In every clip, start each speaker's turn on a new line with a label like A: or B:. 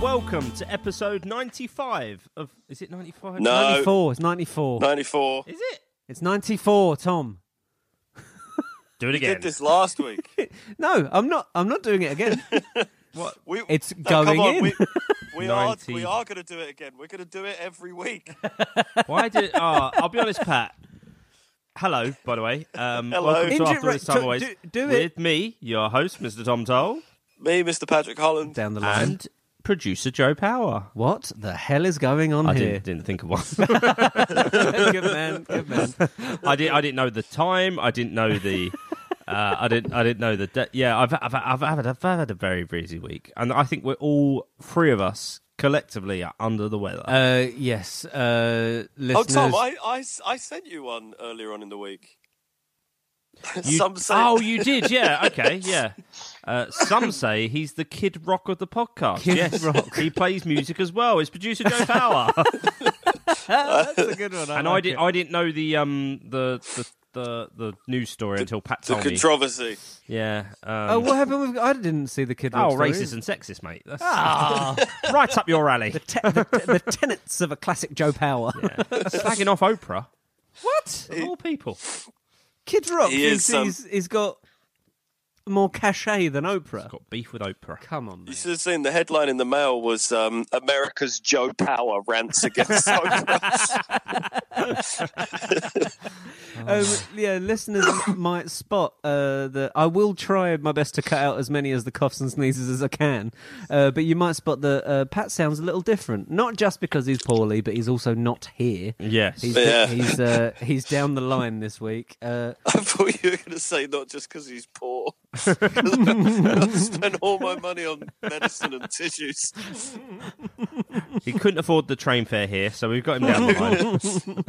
A: Welcome to episode 95 of. Is it 95?
B: No.
C: 94. It's 94.
B: 94.
A: Is it?
C: It's 94, Tom.
A: Do it
B: We
A: again.
B: did this last week.
C: No, I'm not I'm not doing it again.
A: What?
B: We,
C: It's
B: No, come
C: going
B: on,
C: in.
B: We, we are,
A: 90.
B: we are going to do it again. We're going to do it every week.
A: Why did. Oh, I'll be honest, Pat. Hello, by the way. Um,
B: Hello.
A: Welcome to
C: Injury-
A: After the
C: right,
A: Summer
C: do-
A: Ways
C: do- do
A: with
C: it.
A: me, your host, Mr. Tom Toll,
B: Me, Mr. Patrick Holland.
C: Down the line.
A: and producer Joe Power.
C: what the hell is going on
A: I
C: here?
A: didn't, didn't think of one.
C: good man. Good man.
A: I didn't. I didn't know the time. I didn't know the. Uh, I didn't. I didn't know the. De- yeah, I've I've I've, I've, had, I've had a very breezy week, and I think we're all three of us collectively are under the weather.
C: Uh, yes. Uh,
B: Oh,
C: listeners.
B: Tom, I, I s- I sent you one earlier on in the week.
A: You-
B: Some say,
A: Oh, you did? Yeah. Okay. Yeah. Uh, some say he's the Kid Rock of the podcast.
C: Kid
A: yes,
C: Rock.
A: he plays music as well. It's producer Joe Power,
C: That's a good one.
A: and I
C: like
A: did.
C: it.
A: I didn't know the um the the the, the news story until Pat
B: the
A: told me.
B: controversy.
A: Yeah. Um,
C: Oh, what happened with? I didn't see the kid.
A: oh,
C: Rock story. Ah.
A: racist and sexist, mate. That's right up your alley.
C: Te- the, the tenets of a classic Joe Power.
A: Slagging off Oprah.
C: What?
A: Of all people.
C: Kid Rock
B: He
C: thinks
B: is, um,
C: he's, he's got more cachet than Oprah.
A: Got beef with Oprah.
C: Come on,
B: You
C: mate.
B: should have seen the headline in the mail was um, America's Joe Power rants against Oprah.
C: Um, yeah, listeners might spot uh, that I will try my best to cut out as many as the coughs and sneezes as I can, uh, but you might spot that uh, Pat sounds a little different. Not just because he's poorly, but he's also not here.
A: Yes.
C: He's
B: Yeah.
C: he's uh, he's down the line this week. Uh,
B: I thought you were going to say not just because he's poor. I spent all my money on medicine and tissues.
A: He couldn't afford the train fare here, so we've got him down the line.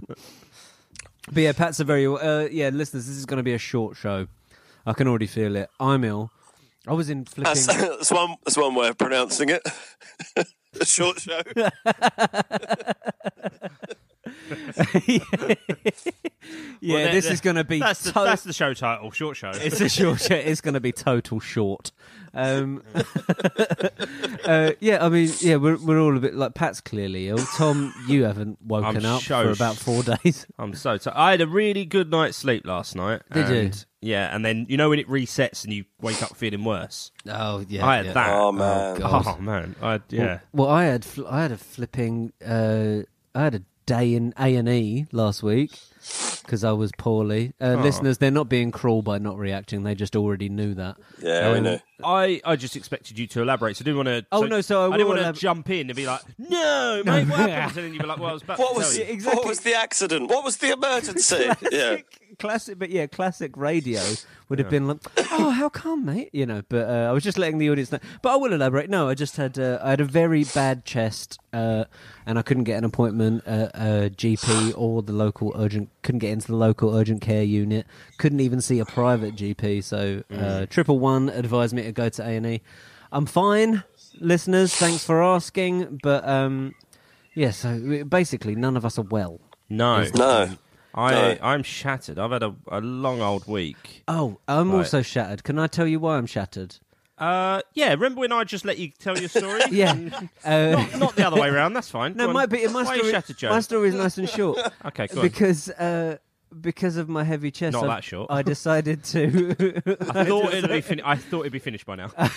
C: but yeah, Pat's a very uh, yeah. Listeners, this is going to be a short show. I can already feel it. I'm ill. I was in
B: That's,
C: flipping.
B: that's one. That's one way of pronouncing it. A short show.
C: yeah,
A: Well, that-
C: this
A: that-
C: is going to be
A: That's the,
C: to-
A: that's the show title, short show.
C: It's a short show. It's going to be total short. Um, uh, yeah, I mean, yeah, we're we're all a bit like Pat's clearly ill. Tom, you haven't
A: I'm
C: woken up
A: so
C: for about four days.
A: I'm so tired. I had a really good night's sleep last night.
C: Did you?
A: and- Yeah, and then you know when it resets and you wake up feeling worse.
C: Oh yeah,
A: I had that.
B: Oh man.
C: God.
A: Oh man, I yeah.
C: Well, I had fl- I had a flipping uh, I had a day in A and E last week because I was poorly.
A: Oh.
C: Uh, Listeners, they're not being cruel by not reacting. They just already knew that. Um,
B: Yeah, we know.
A: I, I just expected you to elaborate, so I didn't want to.
C: Oh, no, so I
A: didn't
C: will
A: want to
C: elab-
A: jump in and be like, "No, Oh, mate, what happened?" And then you'd be like, "Well, I was about
B: What
A: to
B: was
A: tell you."
C: exactly.
B: What was the accident? What was the emergency? yeah.
C: classic, but yeah, classic radio would have been like, oh, how come, mate? You know, but uh, I was just letting the audience know. But I will elaborate. No, I just had uh, I had a very bad chest, uh, and I couldn't get an appointment at a GP or the local urgent. Couldn't get into the local urgent care unit. Couldn't even see a private GP. So uh, triple one advised me to go to A and E. I'm fine, listeners. Thanks for asking, but um, yeah. So basically, none of us are well.
A: No,
B: No.
A: I
B: No.
A: I'm shattered. I've had a, a long old week.
C: Oh, I'm
A: Right.
C: also shattered. Can I tell you why I'm shattered?
A: Uh, yeah. Remember when I just let you tell your story?
C: Yeah. Uh,
A: not, not the other way around. That's fine.
C: no,
A: Go on.
C: my bit, my
A: Why are you
C: story,
A: shattered, Joe?
C: my story is nice and short
A: Okay, go on.
C: because uh, because of my heavy chest.
A: Not
C: I've-
A: that short.
C: I decided to
A: I thought it'd be fin- I thought it'd be finished by now.
C: Uh,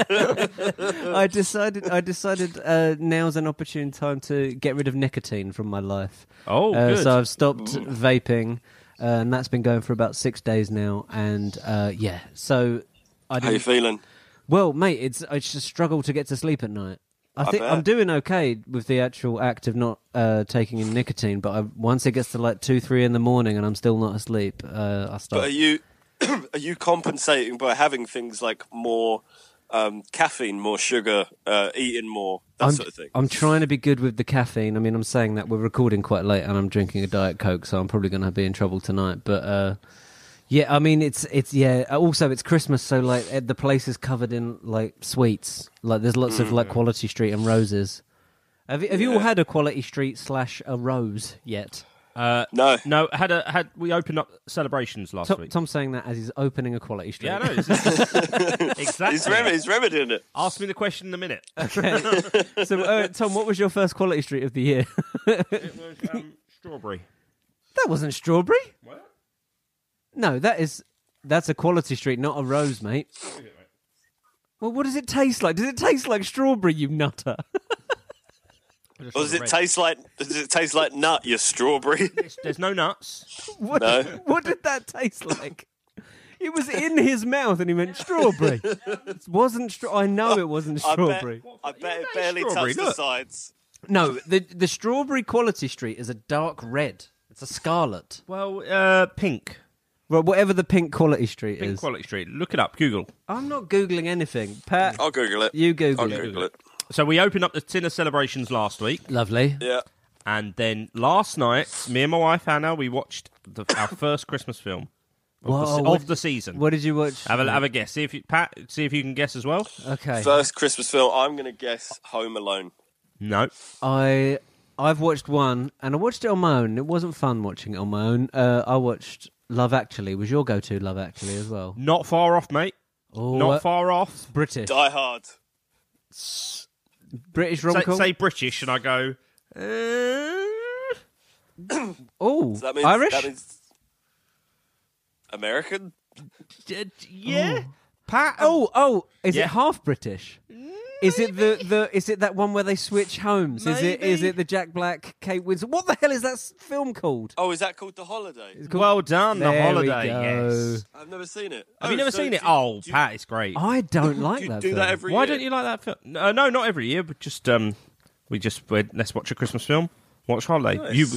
C: I decided I decided uh, now's an opportune time to get rid of nicotine from my life.
A: Oh,
C: Uh,
A: good.
C: so I've stopped vaping, uh, and that's been going for about six days now. And uh, yeah, so I
B: How you
C: didn't
B: feeling?
C: Well, mate, it's it's a struggle to get to sleep at night. I, think
B: bet.
C: I'm doing okay with the actual act of not uh, taking in nicotine, but I, once it gets to like two, three in the morning and I'm still not asleep, uh, I
B: But are
C: start.
B: you are you compensating by having things like more um, caffeine, more sugar, uh, eating more that
C: I'm,
B: sort of thing?
C: I'm trying to be good with the caffeine. I mean, I'm saying that we're recording quite late and I'm drinking a diet coke, so I'm probably going to be in trouble tonight. But uh, yeah, I mean, it's it's yeah. Also, it's Christmas, so like eh, the place is covered in like sweets. Like there's lots of like Quality Street and roses. Have you, have you all
B: Mm. Yeah.
C: had a Quality Street slash a rose yet?
A: Uh,
B: No.
A: no, had a had we opened up celebrations last
C: Tom,
A: week?
C: Tom's saying that as he's opening a quality street.
A: yeah, I know. it's- exactly.
B: He's remedy, he's remedying it.
A: Ask me the question in a minute.
C: Okay. so, uh, Tom, what was your first quality street of the year?
A: it was um, strawberry.
C: that wasn't strawberry.
A: What?
C: No, that is that's a quality street, not a rose, mate. Well, what does it taste like? Does it taste like strawberry, you nutter?
B: Or does it taste like? Does it taste like nut? Your strawberry?
A: There's no nuts.
C: What,
B: No.
C: what did that taste like? It was in his mouth, and he went strawberry. it wasn't. Stra- I know it wasn't
B: I bet,
C: strawberry.
B: I bet it
A: that is
B: barely
A: strawberry,
B: touched the
A: look.
B: sides.
C: No, the the strawberry quality street is a dark red. It's a scarlet.
A: Well, uh, pink.
C: Well, whatever the pink quality street
A: Pink
C: is.
A: Quality Street. Look it up. Google.
C: I'm not googling anything, Pat.
B: I'll Google it.
C: You Google
B: I'll
C: it.
B: Google it.
A: So we opened up the tin of celebrations last week,
C: Lovely.
B: Yeah.
A: and then last night, me and my wife Hannah, we watched the, our first Christmas film of, the,
C: Whoa,
A: se- of
C: Oh, what-
A: the season.
C: What did you watch?
A: have a have a guess. See if you, Pat. See if you can guess as well.
C: Okay.
B: First Christmas film. I'm gonna guess Home Alone.
A: No.
C: I I've watched one, and I watched it on my own. It wasn't fun watching it on my own. Uh, I watched Love Actually. Was your go-to Love Actually as well?
A: Not far off, mate.
C: Oh,
A: Not
C: uh,
A: far off.
C: British,
B: Die Hard.
C: British
A: Say,
C: rom-com.
A: say British, and I go. Uh,
C: oh,
B: So that means
C: Irish.
B: That means American.
A: d- d- yeah, Pat.
C: oh, oh, is
A: Yeah.
C: it half British? Is it the, the is it that one where they switch homes? Is it is
A: Maybe.
C: it the Jack Black Kate Winslet? What the hell is that s- film called?
B: Oh, is that called The Holiday?
A: well done. The
C: There we
A: holiday.
C: go.
A: Yes.
B: I've never seen it.
A: Have
B: Oh,
A: you never
B: so
A: seen
B: do
A: it? oh,
B: do
A: Pat, it's great.
C: I don't like
B: do you
C: that.
B: do
C: film.
B: that every
A: Why
B: year?
A: don't you like that film? No, no, not every year, but just um, we just we let's watch a Christmas film. Watch Holiday. You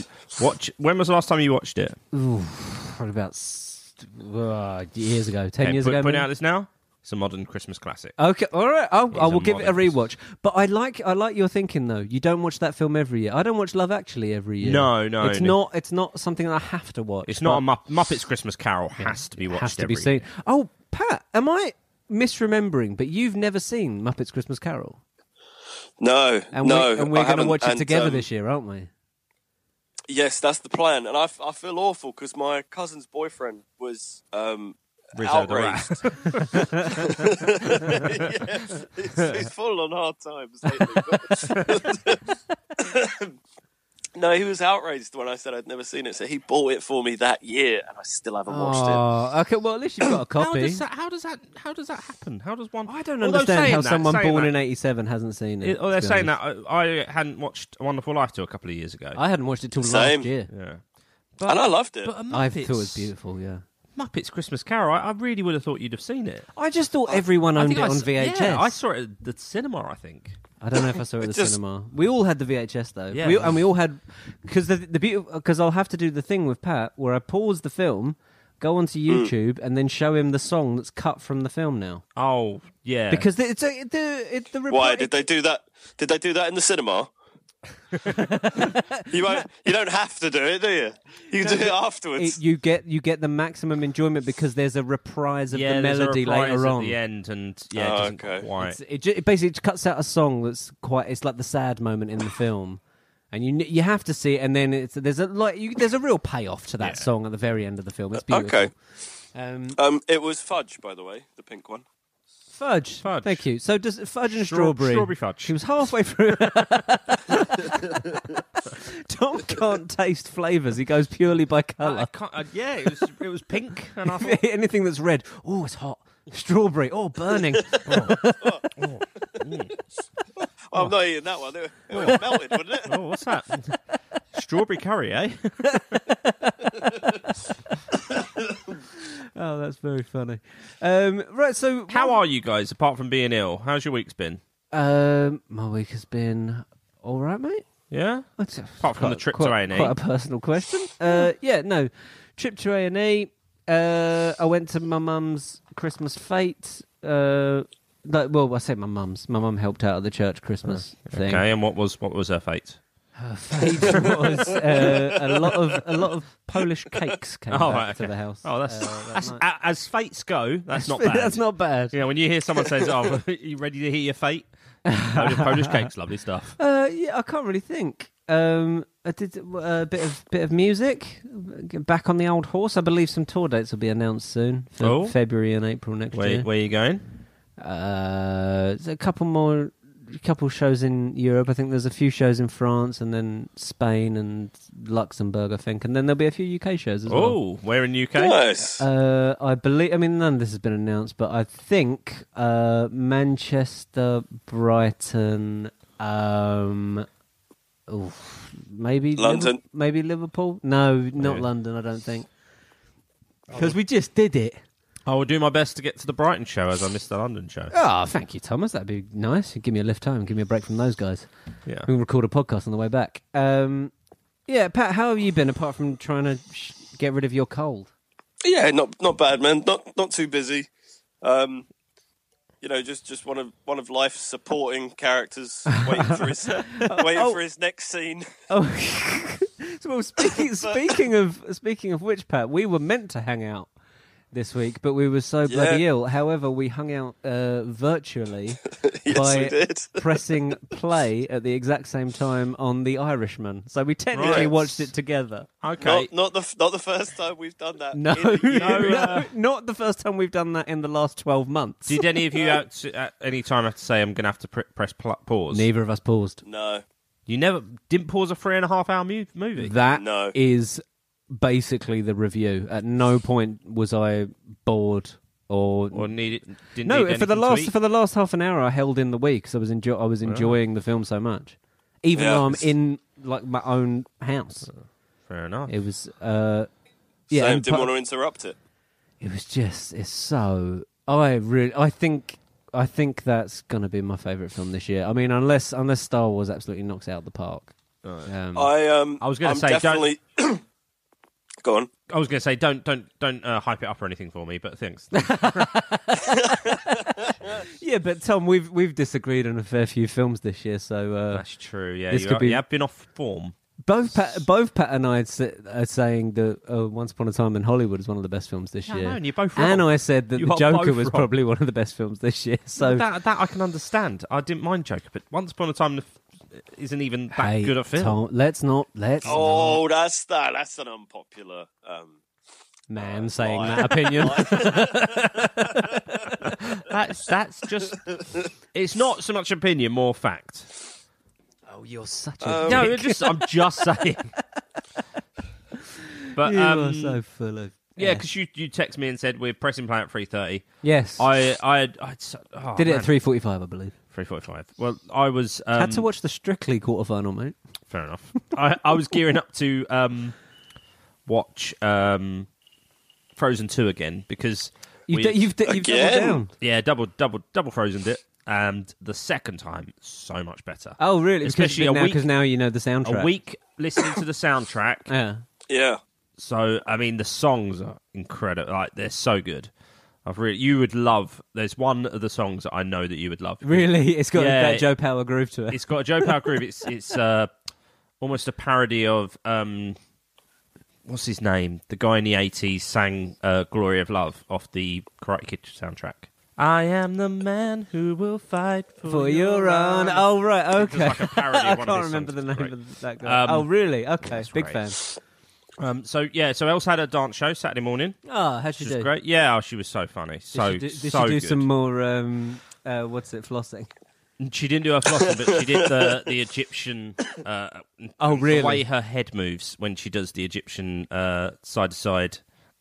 A: watch. When was the last time you watched it?
C: Probably about s- uh, years ago, ten
A: Okay,
C: years
A: put,
C: ago.
A: put
C: maybe? Oh,
A: out this now. It's a modern Christmas classic.
C: Okay, all right. I'll, I
A: a
C: will give it a
A: modern-
C: rewatch. But I like I like your thinking though. You don't watch that film every year. I don't watch Love Actually every year.
A: No, no,
C: It's
A: no.
C: not. It's not something I have to watch.
A: It's not a
C: but
A: Mupp- Muppets Christmas Carol. Has to be
C: it
A: watched.
C: has to
A: every
C: be seen. Oh, Pat, am I misremembering? But you've never seen Muppets Christmas Carol,
B: No,
C: and
B: no.
C: we're, and we're
B: I
C: going to
B: haven't.
C: watch it
B: And,
C: together
B: um,
C: this year, aren't we?
B: Yes, that's the plan. And I, f- I feel awful because my cousin's boyfriend was um,
A: Rizzo the Rat.
B: outraged. yes, he's, he's fallen on hard times lately. but- no, he was outraged when I said I'd never seen it. So he bought it for me that year, and I still haven't watched it.
C: Oh, okay. Well, at least you've got a
A: How
C: copy.
A: does, that, how does that? How does that happen? How does one?
C: I don't
A: Although
C: understand
A: saying
C: how
A: that-
C: someone
A: saying
C: born
A: that-
C: in '87 hasn't seen it.
A: It- oh,
C: to
A: they're
C: be
A: saying
C: honest.
A: that I, I hadn't watched A Wonderful Life till a couple of years ago.
C: I hadn't watched it till
B: Same.
C: last year.
A: yeah,
B: and I loved it.
A: but uh, a Muppets,
C: I thought it was beautiful. Yeah.
A: Muppets Christmas Carol. I, I really would have thought you'd have seen it.
C: I just thought everyone
A: I
C: owned
A: think
C: it
A: I
C: on
A: s-
C: VHS.
A: Yeah, I saw it at the cinema. I think.
C: I don't know if I saw it at the
B: Just-
C: cinema. We all had the VHS though.
A: Yeah.
C: We, and we all had because the the because I'll have to do the thing with Pat where I pause the film, go onto
A: Mm.
C: YouTube, and then show him the song that's cut from the film now
A: Oh yeah,
C: because it's a, the it, the reply,
B: Why did they do that? Did they do that in the cinema? you won't, you don't have to do it, do you? You can do it afterwards.
C: it- you get you get the maximum enjoyment because there's a reprise of
A: yeah,
C: the
A: there's a
C: melody
A: reprise
C: later on.
A: at the end, and yeah, it
B: Oh,
A: doesn't
B: okay.
A: quite.
C: It's- it, ju- it basically just cuts out a song that's quite. It's like the sad moment in the film, and you kn- you have to see it. And then it's there's a like you, there's a real payoff to that song at the very end of the film. It's
A: Uh,
C: beautiful.
B: okay.
C: Um,
B: Um, it was fudge, by the way, the pink one.
C: fudge.
A: Fudge.
C: Thank you. So does fudge and
A: Straw-
C: strawberry.
A: strawberry fudge.
C: She was halfway through. Tom can't taste flavors. He goes purely by
A: I
C: color.
A: can't, uh, yeah, it was it was pink, and I thought,
C: Anything that's red. Oh, it's hot. Strawberry. Oh, burning.
B: Well, I'm not eating that one. It would have melted, wouldn't it?
A: oh, what's that? Strawberry curry, eh?
C: oh, that's very funny. Um, right. So
A: How are you guys? Apart from being ill, how's your week's been?
C: Um, my week has been all right, mate.
A: Yeah,
C: That's
A: Apart from the trip to E.
C: quite-
A: A&E.
C: Quite a personal question. Uh, yeah, no, trip to A and E. Uh, I went to my mum's Christmas fete. Uh, like, well, I say my mum's. My mum helped out at the church Christmas thing.
A: Oh, okay. And what was what was her fate?
C: Her fate was uh, a lot of a lot of Polish cakes came
A: Oh,
C: back
A: right,
C: to
A: okay.
C: the house.
A: Oh, that's,
C: uh, that
A: that's
C: night.
A: a, as fates go. That's not bad.
C: that's not bad.
A: You know, when you hear someone says, "Oh, you ready to hear your fate?" Polish, Polish cakes, lovely stuff.
C: Uh, yeah, I can't really think. Um, I did uh, a bit of bit of music. Get Back on the old horse. I believe some tour dates will be announced soon for
A: Oh.
C: February and April next
A: Where,
C: year.
A: where you going?
C: Uh, there's a couple more, a couple shows in Europe. I think there's a few shows in France and then Spain and Luxembourg. I think, and then there'll be a few UK shows as well.
A: Oh, where in UK?
B: Nice.
C: Uh, I believe. I mean, none of this has been announced, but I think uh, Manchester, Brighton, um, oof, maybe
B: London.
C: Liver- maybe Liverpool. No, not
A: Yeah.
C: London. I don't think because we just did it.
A: I will do my best to get to the Brighton show as I missed the London show.
C: Oh, thank you, Thomas. That'd be nice. Give me a lift home. Give me a break from those guys.
A: Yeah.
C: We can record a podcast on the way back. Um, yeah, Pat, how have you been apart from trying to sh- get rid of your cold?
B: yeah, not not bad, man. Not not too busy. Um, you know, just just one of one of life's supporting characters, waiting for his waiting for his next scene.
C: Oh, so, well, speaking, speaking of speaking of which, Pat, we were meant to hang out this week, but we were so bloody
B: Yeah.
C: ill. However, we hung out uh, virtually
B: Yes,
C: by
B: we did.
C: pressing play at the exact same time on The Irishman. So we technically
B: Right.
C: watched it together.
A: Okay.
B: Not not the f- not the first time we've done that.
C: No,
B: in a year.
C: no,
A: uh,
C: not the first time we've done that in the last twelve months.
A: Did any of you out to, at any time have to say I'm going to have to pr- press pl- pause?
C: Neither of us paused.
B: no.
A: You never didn't pause a three and a half hour mu- movie.
C: That is
B: No.
C: basically the review. At no point was I bored or.
A: or needed didn't
C: no,
A: need
C: for the
A: anything to
C: last
A: eat?
C: for the last half an hour, I held in the week because I was enjoy I was enjoying the film so much, even
B: Yeah.
C: though I'm in like my own house.
A: Fair enough.
C: It was, uh, yeah,
B: Sam
C: and
B: didn't
C: part-
B: want to interrupt it.
C: it was just it's so i really i think i think that's gonna be my favorite film this year i mean unless unless star wars absolutely knocks it out the park um,
B: I um.
A: I was gonna
B: I'm
A: say, don't-
B: definitely. Go on.
A: I was going to say don't don't don't uh, hype it up or anything for me, but thanks.
C: yeah but tom we've we've disagreed on a fair few films this year so uh,
A: That's true. Yeah,
C: This
A: you,
C: could
A: are,
C: be-
A: you have been off form.
C: both pat, both pat and i s- are saying that uh, once upon a time in hollywood is one of the best films this
A: Yeah, I
C: year
A: know, and you're both
C: and
A: wrong.
C: i said that
A: You
C: the
A: are
C: joker
A: both
C: was
A: wrong.
C: probably one of the best films this year so
A: that that I can understand. I didn't mind Joker, but Once Upon a Time the f- isn't even that
C: hey,
A: good a film.
C: Tom, let's not let's not
B: Oh, that's that. That's an unpopular. Um,
C: man saying
B: lie.
C: that opinion
A: That's that's just it's not so much opinion, more fact.
C: oh you're such a
A: No, it's just I'm just saying. But
C: You
A: um,
C: are so full of
A: yeah, because you you text me and said we're pressing play at three thirty.
C: yes, I
A: I I I'd, s- oh,
C: did it
A: man.
C: at three forty-five, I believe.
A: 3.45. Well, I was. Um,
C: Had to watch the Strictly quarterfinal, mate.
A: Fair enough. I, I was gearing up to um, watch um, Frozen 2 again because.
C: You
A: we-
C: d- you've d- you've doubled
B: Again?
C: down.
A: yeah, double, double, double Frozen it. And the second time, so much better.
C: Oh, really?
A: Especially
C: because
A: a
C: now,
A: week-
C: 'cause now you know the soundtrack.
A: A week listening to the soundtrack.
C: Yeah.
B: yeah.
A: So I mean, the songs are incredible. Like they're so good. I've really, you would love. There's one of the songs that I know that you would love.
C: Really, it's got
A: Yeah,
C: that
A: it-
C: Joe Power groove to it.
A: It's got a Joe Power groove. It's it's uh, almost a parody of um, what's his name? The guy in the '80s sang uh, "Glory of Love" off the Karate Kid soundtrack. I am the man who will fight for,
C: For your own.
A: honor.
C: Oh, right.
A: It's
C: Okay.
A: like a parody. Of
C: I
A: one
C: can't
A: of his
C: remember the
A: songs.
C: name
A: Great.
C: of that guy.
A: Um,
C: oh, really? Okay. Big
A: great.
C: fan.
A: Um, so yeah, so Elsa had a dance show Saturday morning.
C: Oh, how'd she
A: She was
C: do?
A: great. Yeah, oh, she was so funny.
C: Did
A: So
C: she do, did
A: so
C: she do
A: good.
C: some more? Um, uh, what's it? Flossing.
A: She didn't do her flossing, but she did the the Egyptian. Uh,
C: Oh,
A: The way
C: really?
A: her head moves when she does the Egyptian uh, side to side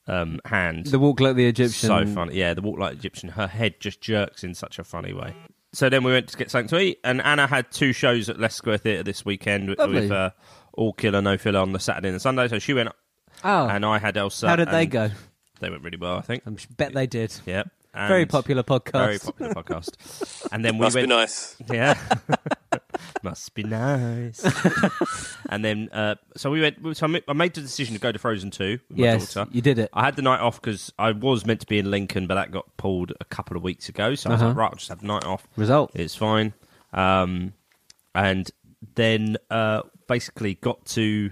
A: um, hand.
C: The walk like the Egyptian.
A: so funny. Yeah, the walk like Egyptian. Her head just jerks in such a funny way. So then we went to get something to eat, and Anna had two shows at Les Square Theatre this weekend with,
C: Lovely.
A: with uh, All Killer No Filler on the Saturday and the Sunday. So she went,
C: Oh,
A: and I had Elsa.
C: how did they
A: and
C: go?
A: They went really well, I think.
C: I bet they did.
A: Yeah,
C: Very
A: and-
C: popular podcast.
A: Very popular podcast. And then we
B: Must
A: went.
B: be nice.
A: Yeah. Must be nice. and then, uh, so we went. So I ma- I made the decision to go to Frozen Two with my
C: yes,
A: daughter.
C: you did it.
A: I had the night off because I was meant to be in Lincoln, but that got pulled a couple of weeks ago. So I was
C: Uh-huh.
A: like, right, I'll just have the night off.
C: Result.
A: It's fine. Um, and then uh, basically got to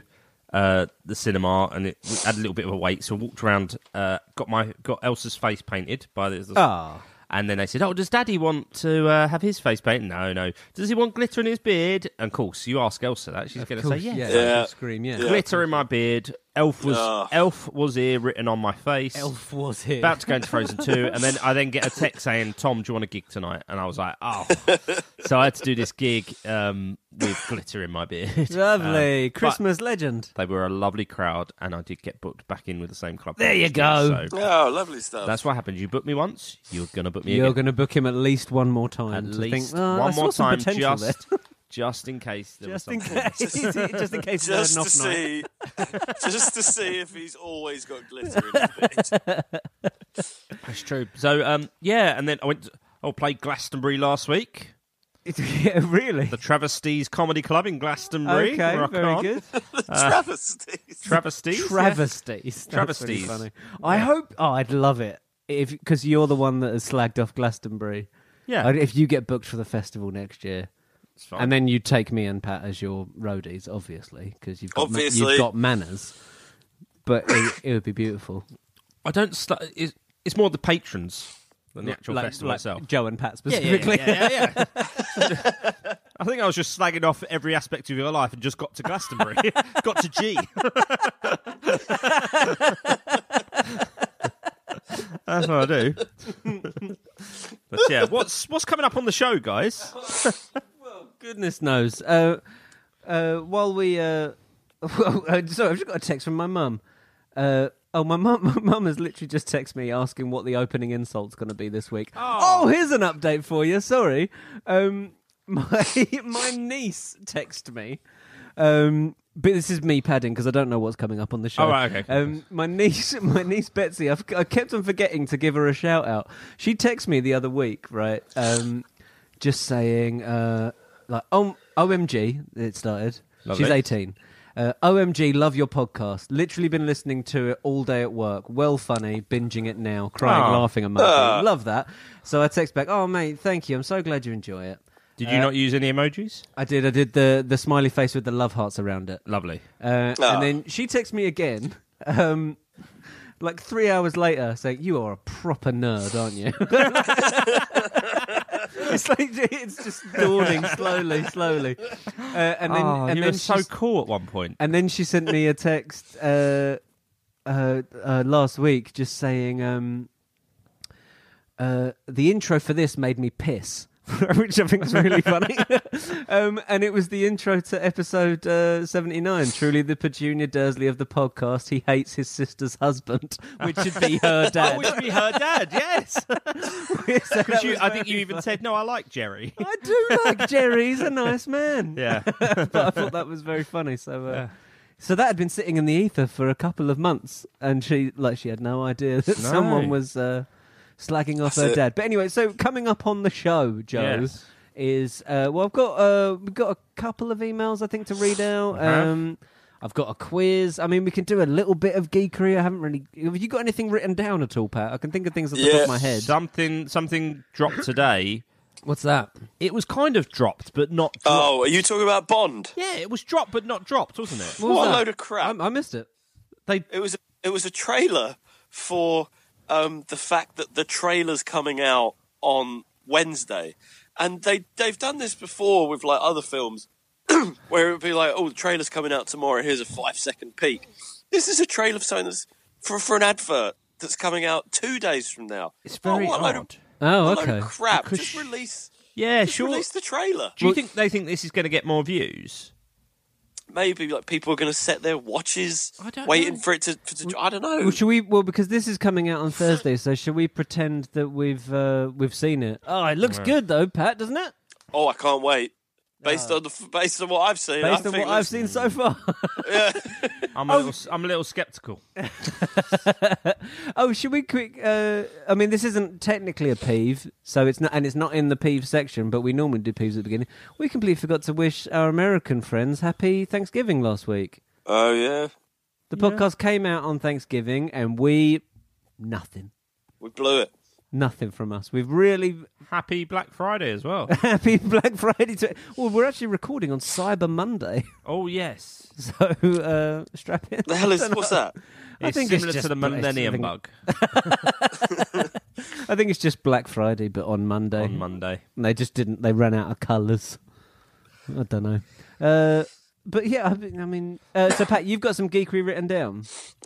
A: uh, the cinema and it we had a little bit of a wait. So I walked around, uh, got my got Elsa's face painted by the.
C: Ah.
A: And then they said, "Oh, does Daddy want to uh, have his face painted?" No, no. Does he want glitter in his beard? And of course, you ask Elsa that she's going to say yes.
C: yeah,
B: Yeah.
C: she'll Scream, yeah.
A: Glitter in my beard. Elf was
B: Ugh.
A: elf was here written on my face.
C: Elf was here.
A: About to go into Frozen Two, and then I then get a text saying, "Tom, do you want a gig tonight?" And I was like, "Oh." so I had to do this gig um, with glitter in my beard.
C: Lovely
A: Um, but-
C: Christmas legend.
A: they were a lovely crowd, and I did get booked back in with the same club.
C: There you go.
A: So
B: Oh, lovely stuff.
A: that's what happened. You booked me once, you're going to book me
C: You're
A: again.
C: going to book him at least one more time.
A: At
C: to
A: least
C: think, "Oh, I
A: one
C: saw
A: more
C: some
A: time,
C: potential there."
A: just, just in case. There
C: just
A: was
C: in
A: something.
C: case, just in case, we had
B: just
C: an
B: to
C: off night.
B: see, just to see if he's always got glitter in his beard.
A: That's true. So, um, yeah, and then I went. To, I played Glastonbury last week.
C: yeah, really.
A: The Travesties Comedy Club in Glastonbury.
C: Okay,
A: rock
C: very
A: on.
C: good.
B: Travesties.
A: Travesties. yeah.
C: Travesties. That's really
A: Travesties.
C: funny. I hope. Oh, I'd love it if because you're the one that has slagged off Glastonbury.
A: Yeah,
C: I'd- If you get booked for the festival next year,
A: it's fine.
C: and then you take me and Pat as your roadies, obviously, because you've got ma-
B: Obviously.
C: you've got manners. But it, it would be beautiful.
A: I don't. Sl- it's, it's more the patrons than the actual
C: Like-
A: festival
C: like
A: itself.
C: Joe and Pat
A: Yeah,
C: specifically.
A: yeah, yeah, yeah, yeah. I think I was just slagging off every aspect of your life and just got to Glastonbury, got to G. That's what I do. but yeah, what's what's coming up on the show, guys?
C: Goodness knows. Uh, uh, while we, uh, sorry, I've just got a text from my mum. Uh, oh, my mum, my mum has literally just texted me asking what the opening insult's going to be this week. Oh. here's an update for you. Sorry, um, my my niece texted me. Um, but this is me padding because I don't know what's coming up on the show.
A: Oh, right, okay, cool.
C: Um, my niece, my niece Betsy, I've, I kept on forgetting to give her a shout out. She texted me the other week, right? Um, just saying, uh, like, oh, OMG, it started.
A: Lovely.
C: She's 18. Uh, OMG, love your podcast. Literally been listening to it all day at work. Well funny, binging it now, crying,
A: Ah.
C: laughing emoji. Love that. So I text back, oh, mate, thank you. I'm so glad you enjoy it.
A: Did you not use any emojis?
C: I did. I did the, the smiley face with the love hearts around it.
A: Lovely.
C: Uh,
B: Ah.
C: And then she texts me again, um, like three hours later, saying, "You are a proper nerd, aren't you?" it's like it's just dawning slowly, slowly. Uh, and then,
A: oh,
C: and
A: you
C: then
A: were so
C: she's-
A: cool at one point.
C: and then she sent me a text uh, uh, uh, last week just saying, um, uh, the intro for this made me piss. Which I think is really funny. um, and it was the intro to episode uh, 79. Truly the Petunia Dursley of the podcast. He hates his sister's husband, which should be her
A: Oh,
C: dad.
A: we should be her dad, yes.
C: So that
A: you,
C: was
A: I think
C: very
A: you even
C: funny.
A: said, no, I like Jerry.
C: I do like Jerry. He's a nice man.
A: Yeah.
C: but I thought that was very funny. So, uh, so that had been sitting in the ether for a couple of months, and she like she had no idea that
A: No.
C: someone was uh, slagging
B: That's
C: off her
B: it.
C: dad. But anyway, so coming up on the show, Joe.
A: Yes.
C: Is uh, well, I've got uh, we've got a couple of emails I think to read out.
A: Uh-huh.
C: Um, I've got a quiz. I mean, we can do a little bit of geekery. I haven't really. Have you got anything written down at all, Pat? I can think of things off the top of
B: Yes.
C: my head.
A: Something something dropped today.
C: What's that?
A: It was kind of dropped, but not dropped.
B: Oh, are you talking about Bond?
A: Yeah, it was dropped, but not dropped, wasn't it?
B: What a
C: was that?
B: load of crap.
C: I, I missed it.
A: They
B: It was it was a trailer for um, the fact that the trailer's coming out on Wednesday, and they they've done this before with like other films, where it would be like, oh, the trailer's coming out tomorrow. Here's a five second peek. This is a trailer of something that's for for an advert that's coming out two days from now.
A: It's very
B: oh, what a load of-
A: odd.
C: Oh,
B: what a
C: okay.
B: load of crap!
A: Because
B: Just
A: sh-
B: release,
A: yeah,
B: just
A: sure.
B: release the trailer.
A: Do you think they think this is going to get more views?
B: Maybe like people are going to set their watches,
A: I don't
B: waiting
A: know.
B: for it to. For to I don't know.
C: Well, should we? Well, because this is coming out on Thursday, so should we pretend that we've uh, we've seen it? Oh, it looks good though, Pat, doesn't it?
B: Oh, I can't wait. Based on the f- based on what I've seen, I
C: Based on
B: think
C: what I've
B: this-
C: seen so far.
A: I'm
B: Oh.
A: a little, I'm a little skeptical.
C: oh, should we quick? Uh, I mean, this isn't technically a peeve, so it's not, and it's not in the peeve section. But we normally do peeves at the beginning. We completely forgot to wish our American friends happy Thanksgiving last week.
B: Oh yeah,
C: The podcast came out on Thanksgiving, and we nothing,
B: we blew it.
C: nothing from us. We've really
A: Happy Black Friday as well.
C: happy Black Friday. To, well, we're actually recording on Cyber Monday.
A: oh yes,
C: So uh, strap in.
B: The hell is what's that?
A: it's
C: think it's
A: similar
C: just
A: to the
C: bla- it's
A: Millennium
C: something-
A: Bug.
C: I think it's just Black Friday, but on Monday.
A: on Monday.
C: And they just didn't. They ran out of colours. I don't know. Uh, but yeah, I mean, I mean uh, so Pat, you've got some geekery written down.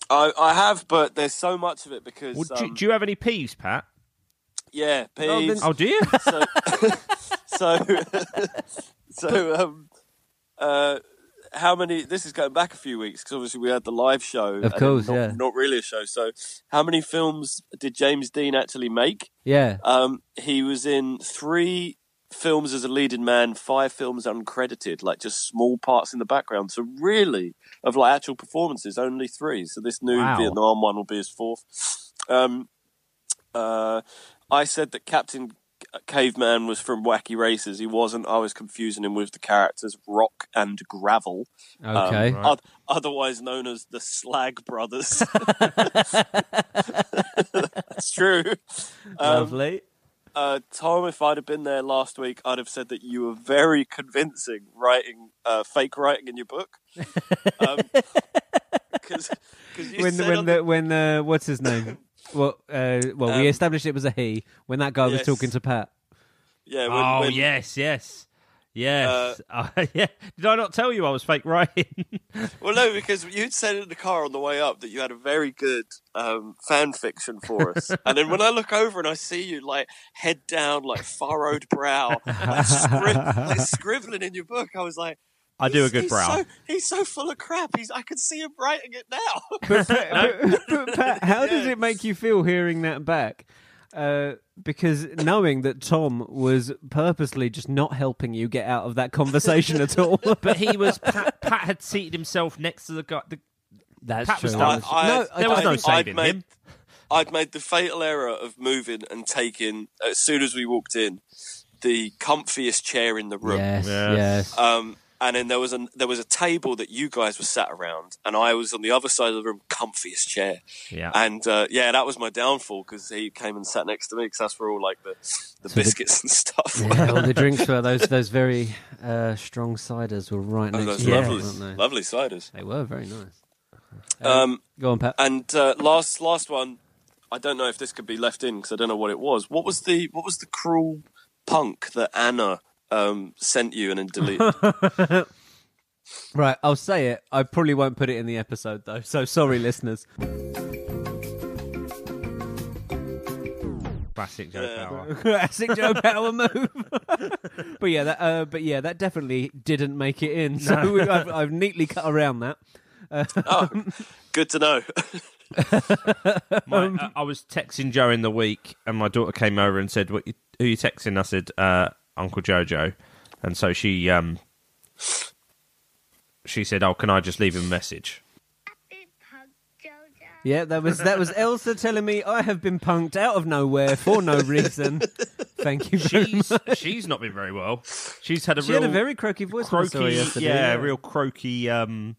B: I, I have, but there's so much of it because
A: Well, do,
B: um,
A: do you have any peeves, Pat?
B: yeah,
C: then-
B: peas.
A: Oh, do you?
B: so so so um uh how many this is going back a few weeks because obviously we had the live show and it
C: course,
B: not,
C: yeah.
B: not really a show so how many films did james dean actually make
C: Yeah,
B: um he was in three films as a leading man five films uncredited like just small parts in the background so really of like actual performances only three so this new
A: Wow.
B: vietnam one will be his fourth um uh I said that Captain Caveman was from Wacky Races. He wasn't. I was confusing him with the characters Rock and Gravel, um,
C: okay.
A: right.
B: oth- otherwise known as the Slag Brothers. That's true. Um,
C: Lovely.
B: uh, Tom, if I'd have been there last week, I'd have said that you were very convincing writing, uh, fake writing in your book. Um, cause, 'cause you
C: when
B: said
C: when
B: on
C: the, when uh, what's his name? well, uh, well,
B: Um,
C: we established it was a he when that guy was
B: yes.
C: talking to Pat.
B: yeah, when,
A: oh
B: when-
A: yes, yes, yes. Uh, yeah. Did I not tell you I was fake writing?
B: Well, no, because you'd said in the car on the way up that you had a very good um, fan fiction for us, and then when I look over and I see you like head down, like furrowed brow, like, scrib- like scribbling in your book, I was like,
A: I do a
B: "He's-
A: good
B: he's
A: brow.
B: So, he's so full of crap. He's I can see him writing it now.
C: But, but- but Pat, how does
B: Yeah.
C: it make you feel hearing that back? Uh, because knowing that Tom was purposely just not helping you get out of that conversation at all.
A: But he was Pat, Pat had seated himself next to the guy. The,
C: That's
A: Pat was true.
B: I,
A: done.
B: I,
C: No,
A: there was
B: I-
A: no
B: I'd
A: saving
B: made-
A: him.
B: I'd made the fatal error of moving and taking as soon as we walked in the comfiest chair in the room.
C: Yes,
A: Yes.
C: yes.
B: Um, and then there was a there was a table that you guys were sat around, and I was on the other side of the room, comfiest chair.
A: Yeah.
B: And uh, yeah, that was my downfall because he came and sat next to me because that's where all like the, the
C: the-
B: biscuits and stuff. were.
C: Uh, yeah, all the drinks were those those very uh, strong ciders were right
B: And
C: next
B: those
C: to yeah.
B: lovely,
C: weren't they?
B: lovely ciders.
C: They were very nice.
B: Um,
C: Go on, Pat.
B: and uh, last last one, I don't know if this could be left in because I don't know what it was. What was the what was the cruel punk that Anna um, sent you and then deleted?
C: Right, I'll say it. I probably won't put it in the episode though. So sorry, listeners.
A: Classic Joe
B: Yeah.
A: Power.
C: Classic Joe Power move. but yeah, that uh, but yeah, that definitely didn't make it in. So we, I've, I've neatly cut around that.
B: oh, good to know.
A: My,
C: Um,
A: uh, I was texting Joe in the week, and my daughter came over and said, "What? You, who you texting?" I said, uh, "Uncle Jojo," and so she um, she said, "Oh, can I just leave him a message?"
D: Big Pug Jojo.
C: Yeah, that was that was Elsa telling me I have been punked out of nowhere for no reason. Thank you. Very much.
A: She's she's not been very well. She's had a
C: She
A: real
C: had a very croaky voice. when I saw her
A: croaky,
C: yesterday,
A: yeah, real croaky um,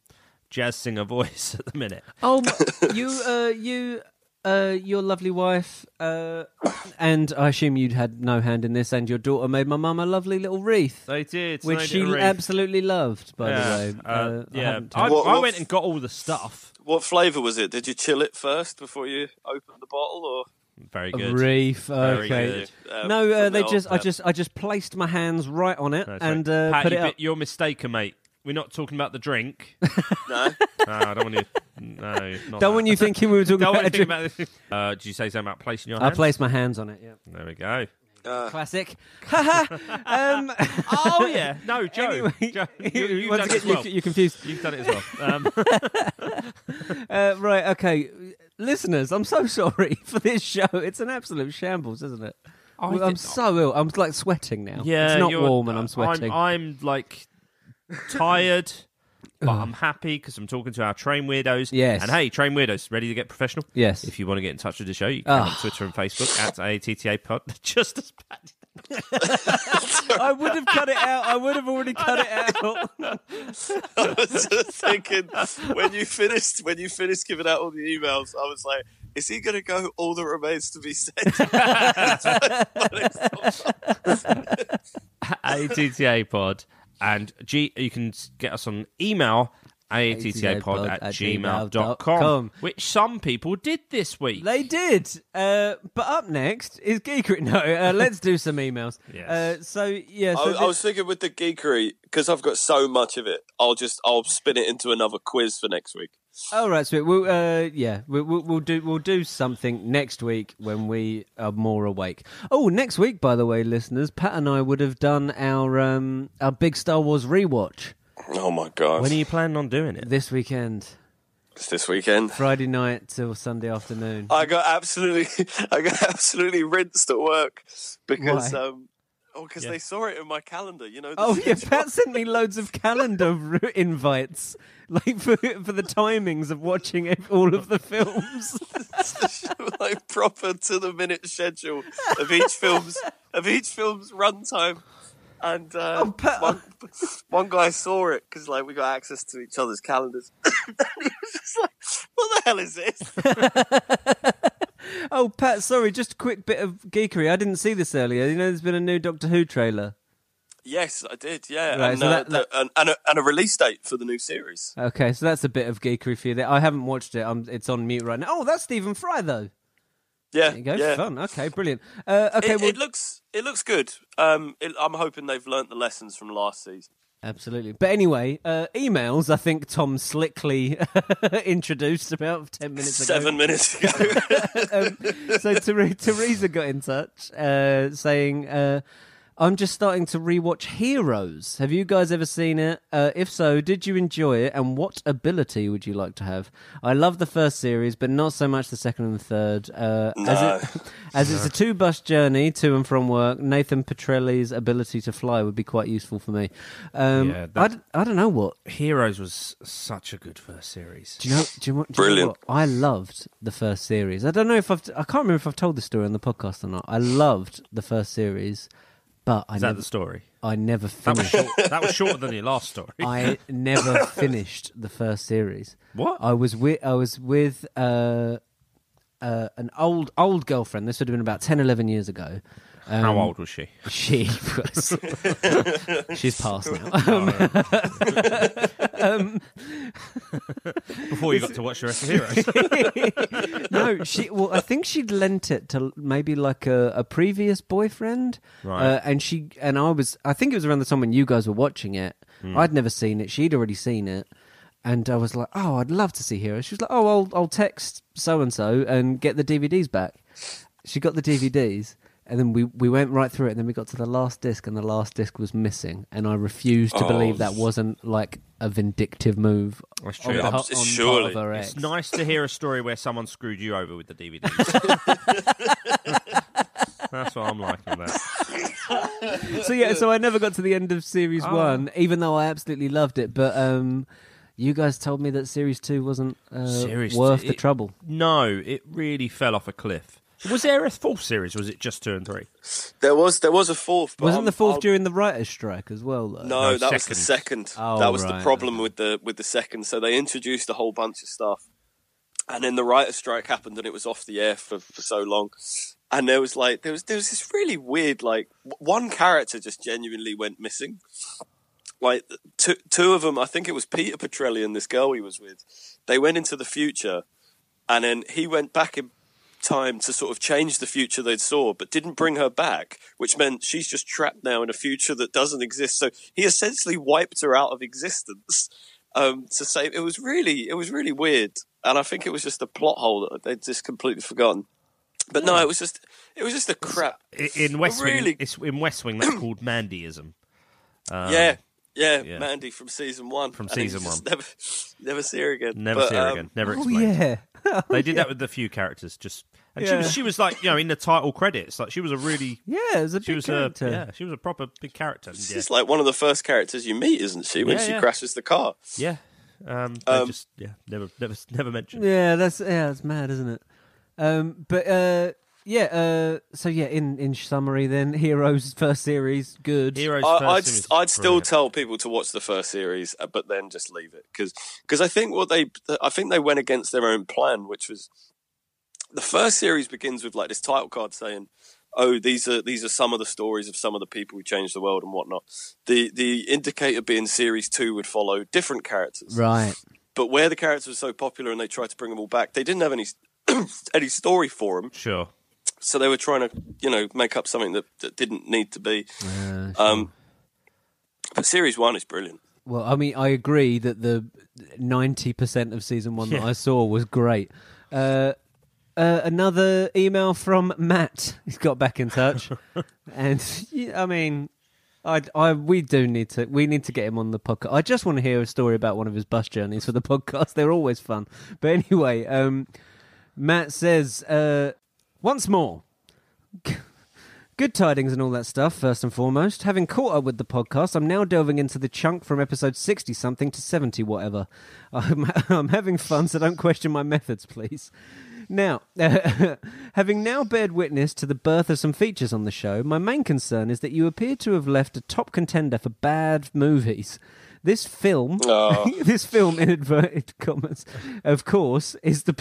A: jazz singer voice at the minute.
C: Oh, m- you, uh, you, uh, your lovely wife, uh, and I assume you'd had no hand in this, and your daughter made my mum a lovely little wreath,
A: They did,
C: which she absolutely loved, by
A: Yeah,
C: the way.
A: uh,
C: Uh, I
A: yeah.
C: haven't
A: I,
C: touched-
B: What-
A: I
B: what-
A: went and got all the stuff.
B: What flavour was it? Did you chill it first before you opened the bottle, or
A: Very
C: a
A: good.
C: wreath,
A: Very
C: okay.
A: good.
B: Um,
C: No, uh,
B: from
C: they
B: the
C: just, I
B: old-
C: just, I just placed my hands right on it
A: That's right.
C: and uh,
A: Pat,
C: put
A: you
C: it up.
A: bit- you're mistaken, mate. We're not talking about the drink.
B: no.
A: No, I don't want you. No, not
C: Don't
A: that.
C: want you thinking we were talking
A: Don't
C: about.
A: want
C: a
A: you thinking
C: drink.
A: about this. Uh, did you say something about placing your
C: I
A: hand?
C: placed my hands on it. Yeah,
A: There we go.
B: Uh,
C: classic. um,
A: Oh yeah. No, Joe.
C: anyway,
A: Joe you, you've
C: once
A: done it as
C: again, you-
A: well.
C: you confused.
A: You've done it as well. Um,
C: Uh, right, okay. Listeners, I'm so sorry for this show. It's an absolute shambles, isn't it?
A: I
C: Well,
A: did
C: I'm
A: not-
C: so ill. I'm like sweating now.
A: yeah,
C: it's not
A: you're- uh,
C: warm and I'm sweating.
A: I'm, like tired, but I'm happy because I'm talking to our train weirdos.
C: Yes.
A: And hey, train weirdos, ready to get professional?
C: Yes.
A: If you want to get in touch with the show, you can on Twitter and Facebook at ATTA Pod. Just as bad.
C: I would have cut it out. I would have already cut it out.
B: I was just thinking when you finished when you finished giving out all the emails, I was like, is he going to go all that remains to be said?
A: ATTA Pod. And G- you can s- get us on email aatapod at, gmail dot
C: gmail.com.
A: com, which some people did this week.
C: They did. Uh, but up next is Geekery. No, uh, let's do some emails.
A: Yes.
C: Uh, so, yeah. So
B: I,
C: thi-
B: I was thinking with the geekery because I've got so much of it. I'll just I'll spin it into another quiz for next week.
C: All right, sweet. We'll, uh, yeah, we- we'll, we'll do we'll do something next week when we are more awake. Oh, next week, by the way, listeners, Pat and I would have done our um, our big Star Wars rewatch
B: Oh my god!
A: When are you planning on doing it?
C: this weekend,
B: it's this weekend.
C: Friday night till Sunday afternoon.
B: I got absolutely, I got absolutely rinsed at work because,
C: Why?
B: um, oh, because they saw it in my calendar. You know. the
C: Oh yeah,
B: schedule.
C: Pat sent me loads of calendar r- invites, like for for the timings of watching ev- all of the films.
B: like proper to the minute schedule of each film's of each film's runtime. And uh,
C: Pat-
B: one, one guy saw it because like we got access to each other's calendars. and he was just like, "What the hell is this?"
C: oh, Pat, sorry, just a quick bit of geekery. I didn't see this earlier. You know, there's been a new Doctor Who trailer.
B: yes, I did. Yeah,
C: Right,
B: and,
C: so
B: uh,
C: that- that-
B: the- and, and, a, and a release date for the new series.
C: Okay, so that's a bit of geekery for you there. I haven't watched it. I'm, it's on mute right now. Oh, that's Stephen Fry, though.
B: Yeah,
C: There you go.
B: yeah.
C: Fun. Okay, brilliant. Uh, okay,
B: It,
C: well,
B: it looks it looks good. Um, it, I'm hoping they've learnt the lessons from last season.
C: absolutely. But anyway, uh, emails, I think Tom slickly introduced about 10 minutes ago.
B: Seven minutes ago.
C: so Ther- Teresa got in touch uh, saying, uh, I'm just starting to rewatch Heroes. Have you guys ever seen it? Uh, if so, did you enjoy it? And what ability would you like to have? I love the first series, but not so much the second and third. Uh, as, it, as it's a two bus journey to and from work, Nathan Petrelli's ability to fly would be quite useful for me. Um,
A: Yeah,
C: I,
A: that-
C: d- I don't know what.
A: Heroes was such a good first series.
C: Do you know? Do you, want- do you know
B: Brilliant.
C: what? I loved the first series. I don't know if I've. I can't remember if I've told the story on the podcast or not. I loved the first series, but I
A: Is that
C: never.
A: the story?
C: I never
A: That was
C: finished.
A: short, that was shorter than your last story.
C: I never finished the first series.
A: What?
C: I was with. I was with. Uh, uh, an old old girlfriend. This would have been about 10, 11 years ago. Um,
A: How old was she?
C: She was. she's passed now.
A: Before you got to watch the rest of Heroes.
C: no, she. Well, I think she'd lent it to maybe like a, a previous boyfriend,
A: Right.
C: Uh, and she and I was. I think it was around the time when you guys were watching it.
A: Hmm.
C: I'd never seen it. She'd already seen it, and I was like, "Oh, I'd love to see Hero." She was like, "Oh, I'll I'll text so and so and get the DVDs back." She got the DVDs. And then we, we went right through it, and then we got to the last disc, and the last disc was missing. And I refused to
B: Oh.
C: believe that wasn't like a vindictive move.
A: That's
C: on
A: true.
C: the-
A: I'm-
C: on part of
B: surely.
C: her
A: It's
C: ex.
A: nice to hear a story where someone screwed you over with the DVDs. That's what I'm liking. That.
C: so yeah, so I never got to the end of series
A: Ah.
C: one, even though I absolutely loved it. But um, you guys told me that series two wasn't uh,
A: Series
C: worth
A: two,
C: the
A: it-
C: trouble.
A: No, it really fell off a cliff. Was there a full series? Or was it just two and three?
B: there was there was a fourth. But
C: Wasn't
B: I'm-
C: the 4th
B: I'll-
C: during the writers' strike as well? Though?
B: No,
A: No,
B: that was the second.
C: Oh,
B: that was
C: right.
B: the problem with the with the second. So they introduced a whole bunch of stuff, and then the writer's strike happened, and it was off the air for, for so long. And there was like there was there was this really weird like w- one character just genuinely went missing. Like two two of them, I think it was Peter Petrelli and this girl he was with. They went into the future, and then he went back in time to sort of change the future they saw, but didn't bring her back, which meant she's just trapped now in a future that doesn't exist. So he essentially wiped her out of existence um, to save. It was really, it was really weird, and I think it was just a plot hole that they'd just completely forgotten. But no, it was just, it was just a crap.
A: I- In West
B: Really?
A: Wing, it's in West Wing that's called Mandyism. Um,
B: yeah, yeah,
A: yeah.
B: Mandy from season one.
A: From
B: And then you
A: season
B: just Never, never see her again.
A: Never
B: But,
A: see her
B: um,
A: again. Never
C: Oh
A: explained.
C: yeah,
A: They did that with a few characters. Just and she
C: Yeah.
A: was she was like you know in the title credits. Like she was a really
C: yeah, it was a
A: she
C: big
A: was
C: character.
A: a yeah she was a proper big character. And
B: She's like one of the first characters you meet, isn't she? When
A: Yeah,
B: she
A: yeah.
B: crashes the car.
A: yeah, yeah. Um, they
B: Um,
A: just yeah never never never mentioned.
C: Yeah, that's yeah, that's mad, isn't it? Um, but uh, yeah, uh, so yeah, in in summary, then Heroes first series good.
A: Heroes.
B: I,
A: first
B: I'd,
A: series was
B: I'd still
A: brilliant.
B: tell people to watch the first series, uh, but then just leave it because I think what they I think they went against their own plan, which was the first series begins with like this title card saying, oh, these are these are some of the stories of some of the people who changed the world and whatnot. The the indicator being series two would follow different characters,
C: Right.
B: but where the characters were so popular and they tried to bring them all back, they didn't have any any story for them,
C: Um,
A: Sure.
B: so they were trying to you know make up something that, that didn't need to be.
C: Uh,
B: Um, but series one is brilliant.
C: Well, I mean, I agree that the ninety percent of season one that I saw was great. Uh, uh, another email from Matt. He's got back in touch, and yeah, I mean, I, I, we do need to, we need to get him on the podcast. I just want to hear a story about one of his bus journeys for the podcast. They're always fun. But anyway, um, Matt says uh, once more. Good tidings and all that stuff, first and foremost. Having caught up with the podcast, I'm now delving into the chunk from episode 60 something to 70 whatever. I'm, I'm having fun, so don't question my methods, please. Now, having now bared witness to the birth of some features on the show, my main concern is that you appear to have left a top contender for bad movies. This film,
B: Oh.
C: this film in inverted commas, of course, is the.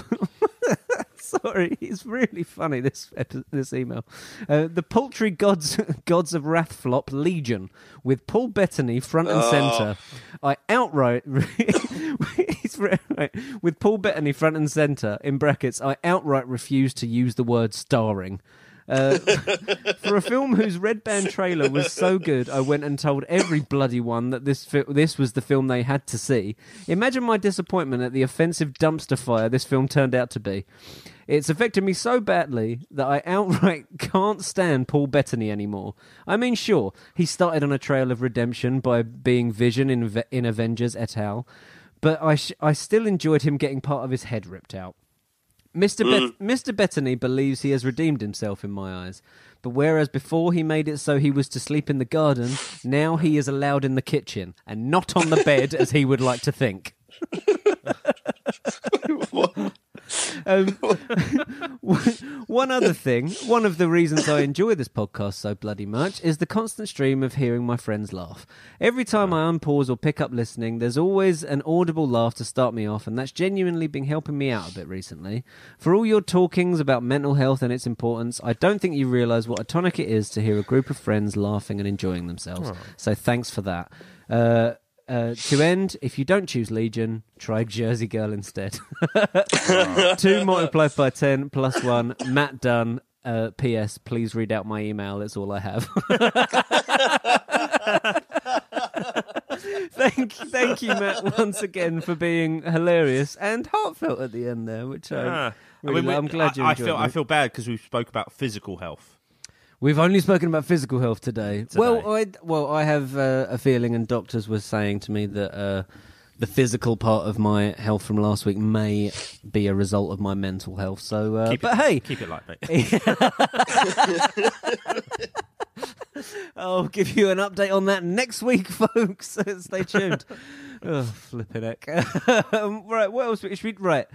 C: Sorry, it's really funny this epi- this email. Uh, the paltry gods gods of wrath flop Legion with Paul Bettany front and center. I outright he's re- right. with Paul Bettany front and center in brackets. I outright refuse to use the word starring. Uh, for a film whose red band trailer was so good, I went and told every bloody one that this fi- this was the film they had to see. Imagine my disappointment at the offensive dumpster fire this film turned out to be. It's affected me so badly that I outright can't stand Paul Bettany anymore. I mean, sure, he started on a trail of redemption by being Vision in Ave- in Avengers et al., but I sh- I still enjoyed him getting part of his head ripped out. Mr. Bet- Mr. Bettany believes he has redeemed himself in my eyes. But whereas before he made it so he was to sleep in the garden, now he is allowed in the kitchen and not on the bed as he would like to think. Um, one other thing, one of the reasons I enjoy this podcast so bloody much is the constant stream of hearing my friends laugh. Every time I unpause or pick up listening, there's always an audible laugh to start me off, and that's genuinely been helping me out a bit recently. For all your talkings about mental health and its importance, I don't think you realise what a tonic it is to hear a group of friends laughing and enjoying themselves. So thanks for that. Uh, uh, to end, if you don't choose Legion, try Jersey Girl instead. Two multiplied by ten plus one. Matt Dunn. Uh, P.S. Please read out my email. That's all I have. thank, thank you, Matt, once again for being hilarious and heartfelt at the end there, which I,
A: Ah.
C: really,
A: we-
C: I'm glad you
A: I, I
C: enjoyed
A: feel
C: it.
A: I feel bad because we spoke about physical health.
C: We've only spoken about physical health today. Well, I, well, I have uh, a feeling, and doctors were saying to me that uh, the physical part of my health from last week may be a result of my mental health. So, uh,
A: Keep
C: but
A: it,
C: hey,
A: keep it light, mate.
C: I'll give you an update on that next week, folks. Stay tuned. oh, flipping heck. um, right, what else? Should we, right,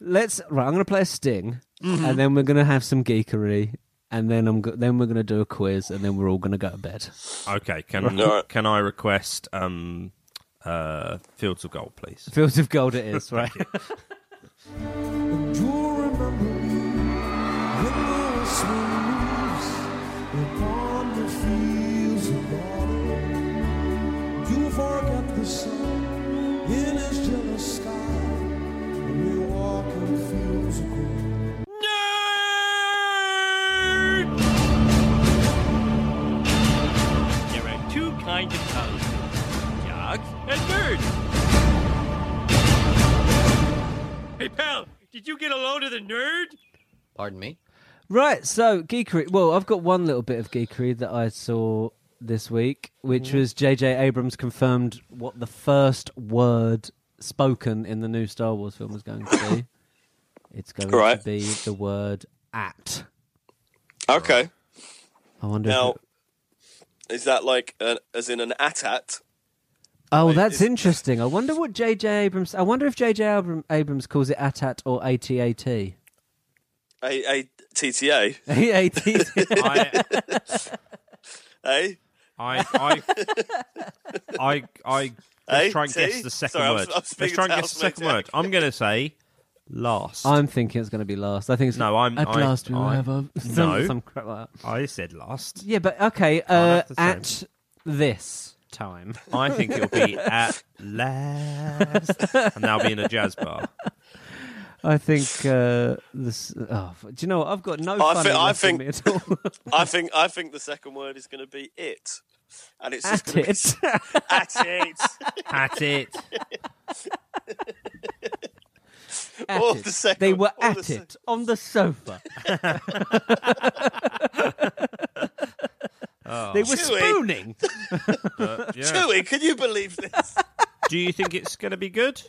C: let's. Right, I'm going to play a sting, and then we're going to have some geekery, and then I'm go- then we're going to do a quiz, and then we're all going to go to bed.
A: Okay, can
B: Alright.
A: can I request um uh Fields of Gold, please?
C: Fields of gold, it is right.
E: Do you remember me when there were swing moves upon the fields of autumn? Do you forget the sun in his jealous sky when we walk in the fields of gold?
F: There are two kinds of colors dogs and birds. Hey, pal, did you get a load of the nerd?
G: Pardon me?
C: Right, so geekery. Well, I've got one little bit of geekery that I saw this week,
B: Mm.
C: which was J.J. Abrams confirmed what the first word spoken in the new Star Wars film was going to be. it's going
B: Right.
C: to be the word "at."
B: Okay,
C: I wonder.
B: now
C: if it-
B: is that like an, as in an atat?
C: oh,
B: wait,
C: that's
B: is-
C: interesting. I wonder what J.J. Abrams. I wonder if J.J. Abram- Abrams calls it "atat" or "ATAT."
B: A a T T A,
C: ATAT.
A: I,
B: eh?
A: I, I, I, I let's
B: Eh?
A: try and
B: See?
A: guess the second
B: Sorry, I'm-
A: word.
B: I'm
A: let's
B: speaking
A: try and guess
B: to
A: the second
B: housemates,
A: word. I'm going to say last.
C: I'm thinking it's going to be last. I think it's
A: No, I'm-
C: At
A: I-
C: last we will
A: I-
C: have a some,
A: No.
C: some crap like that.
A: I said last.
C: Yeah, but okay.
B: Oh,
C: Uh,
A: have the same.
C: at this time,
A: I think it'll be at last, and that'll be in a jazz bar.
C: I think uh, this. Oh, f- do you know what? I've got no
B: I
C: fun
B: thi- I
C: left in me at all.
B: I think I think the second word is going to be it, and it's just
C: at
B: gonna be
C: it.
B: at it.
A: At it.
C: at
B: All
C: it.
B: the second-
C: they were
B: all
C: at
B: the
C: it
B: sec-
C: on the sofa. They were
B: Chewy.
C: spooning.
A: But, yeah.
B: Chewy, can you believe this?
A: Do you think it's going to be good?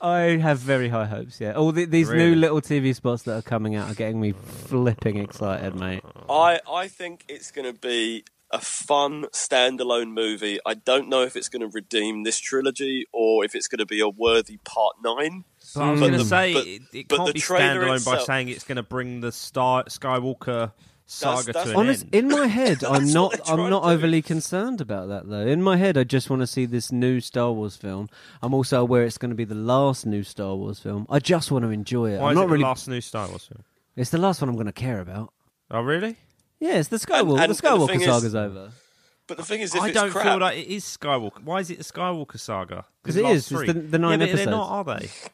C: I have very high hopes. Yeah, all the, these
A: Really?
C: new little TV spots that are coming out are getting me flipping excited, mate.
B: I I think it's going to be a fun standalone movie. I don't know if it's going to redeem this trilogy or if it's going to be a worthy part nine.
A: But I was
B: Mm. But
A: going to
B: the-
A: say
B: but-
A: it, it
B: but
A: can't
B: the
A: be
B: trailer
A: standalone by
B: itself-
A: saying it's going to bring the Star Skywalker saga
B: that's-
A: to an
C: Honest,
A: end.
C: in my head, I'm
B: That's
C: not.
B: what they're
C: I'm
B: trying
C: not
B: to do.
C: overly concerned about that, though. In my head, I just want to see this new Star Wars film. I'm also aware it's going to be the last new Star Wars film. I just want to enjoy it.
A: Why
C: I'm
A: is
C: not
A: it
C: really.
A: the last new Star Wars film?
C: It's the last one I'm going to care about.
A: Oh, really?
C: Yeah, it's the
B: and-
C: Skywalker.
B: and
C: the
B: the
C: Skywalker
B: thing is-
C: saga's over.
B: But the thing is, if
A: I
B: it's
A: don't
B: crap,
A: feel like it is Skywalker. Why is it the Skywalker saga?
C: 'Cause
A: the
C: it
A: last
C: is. It's
A: three-
C: the- the nine
A: yeah, but They're not,
C: episodes.
A: are they?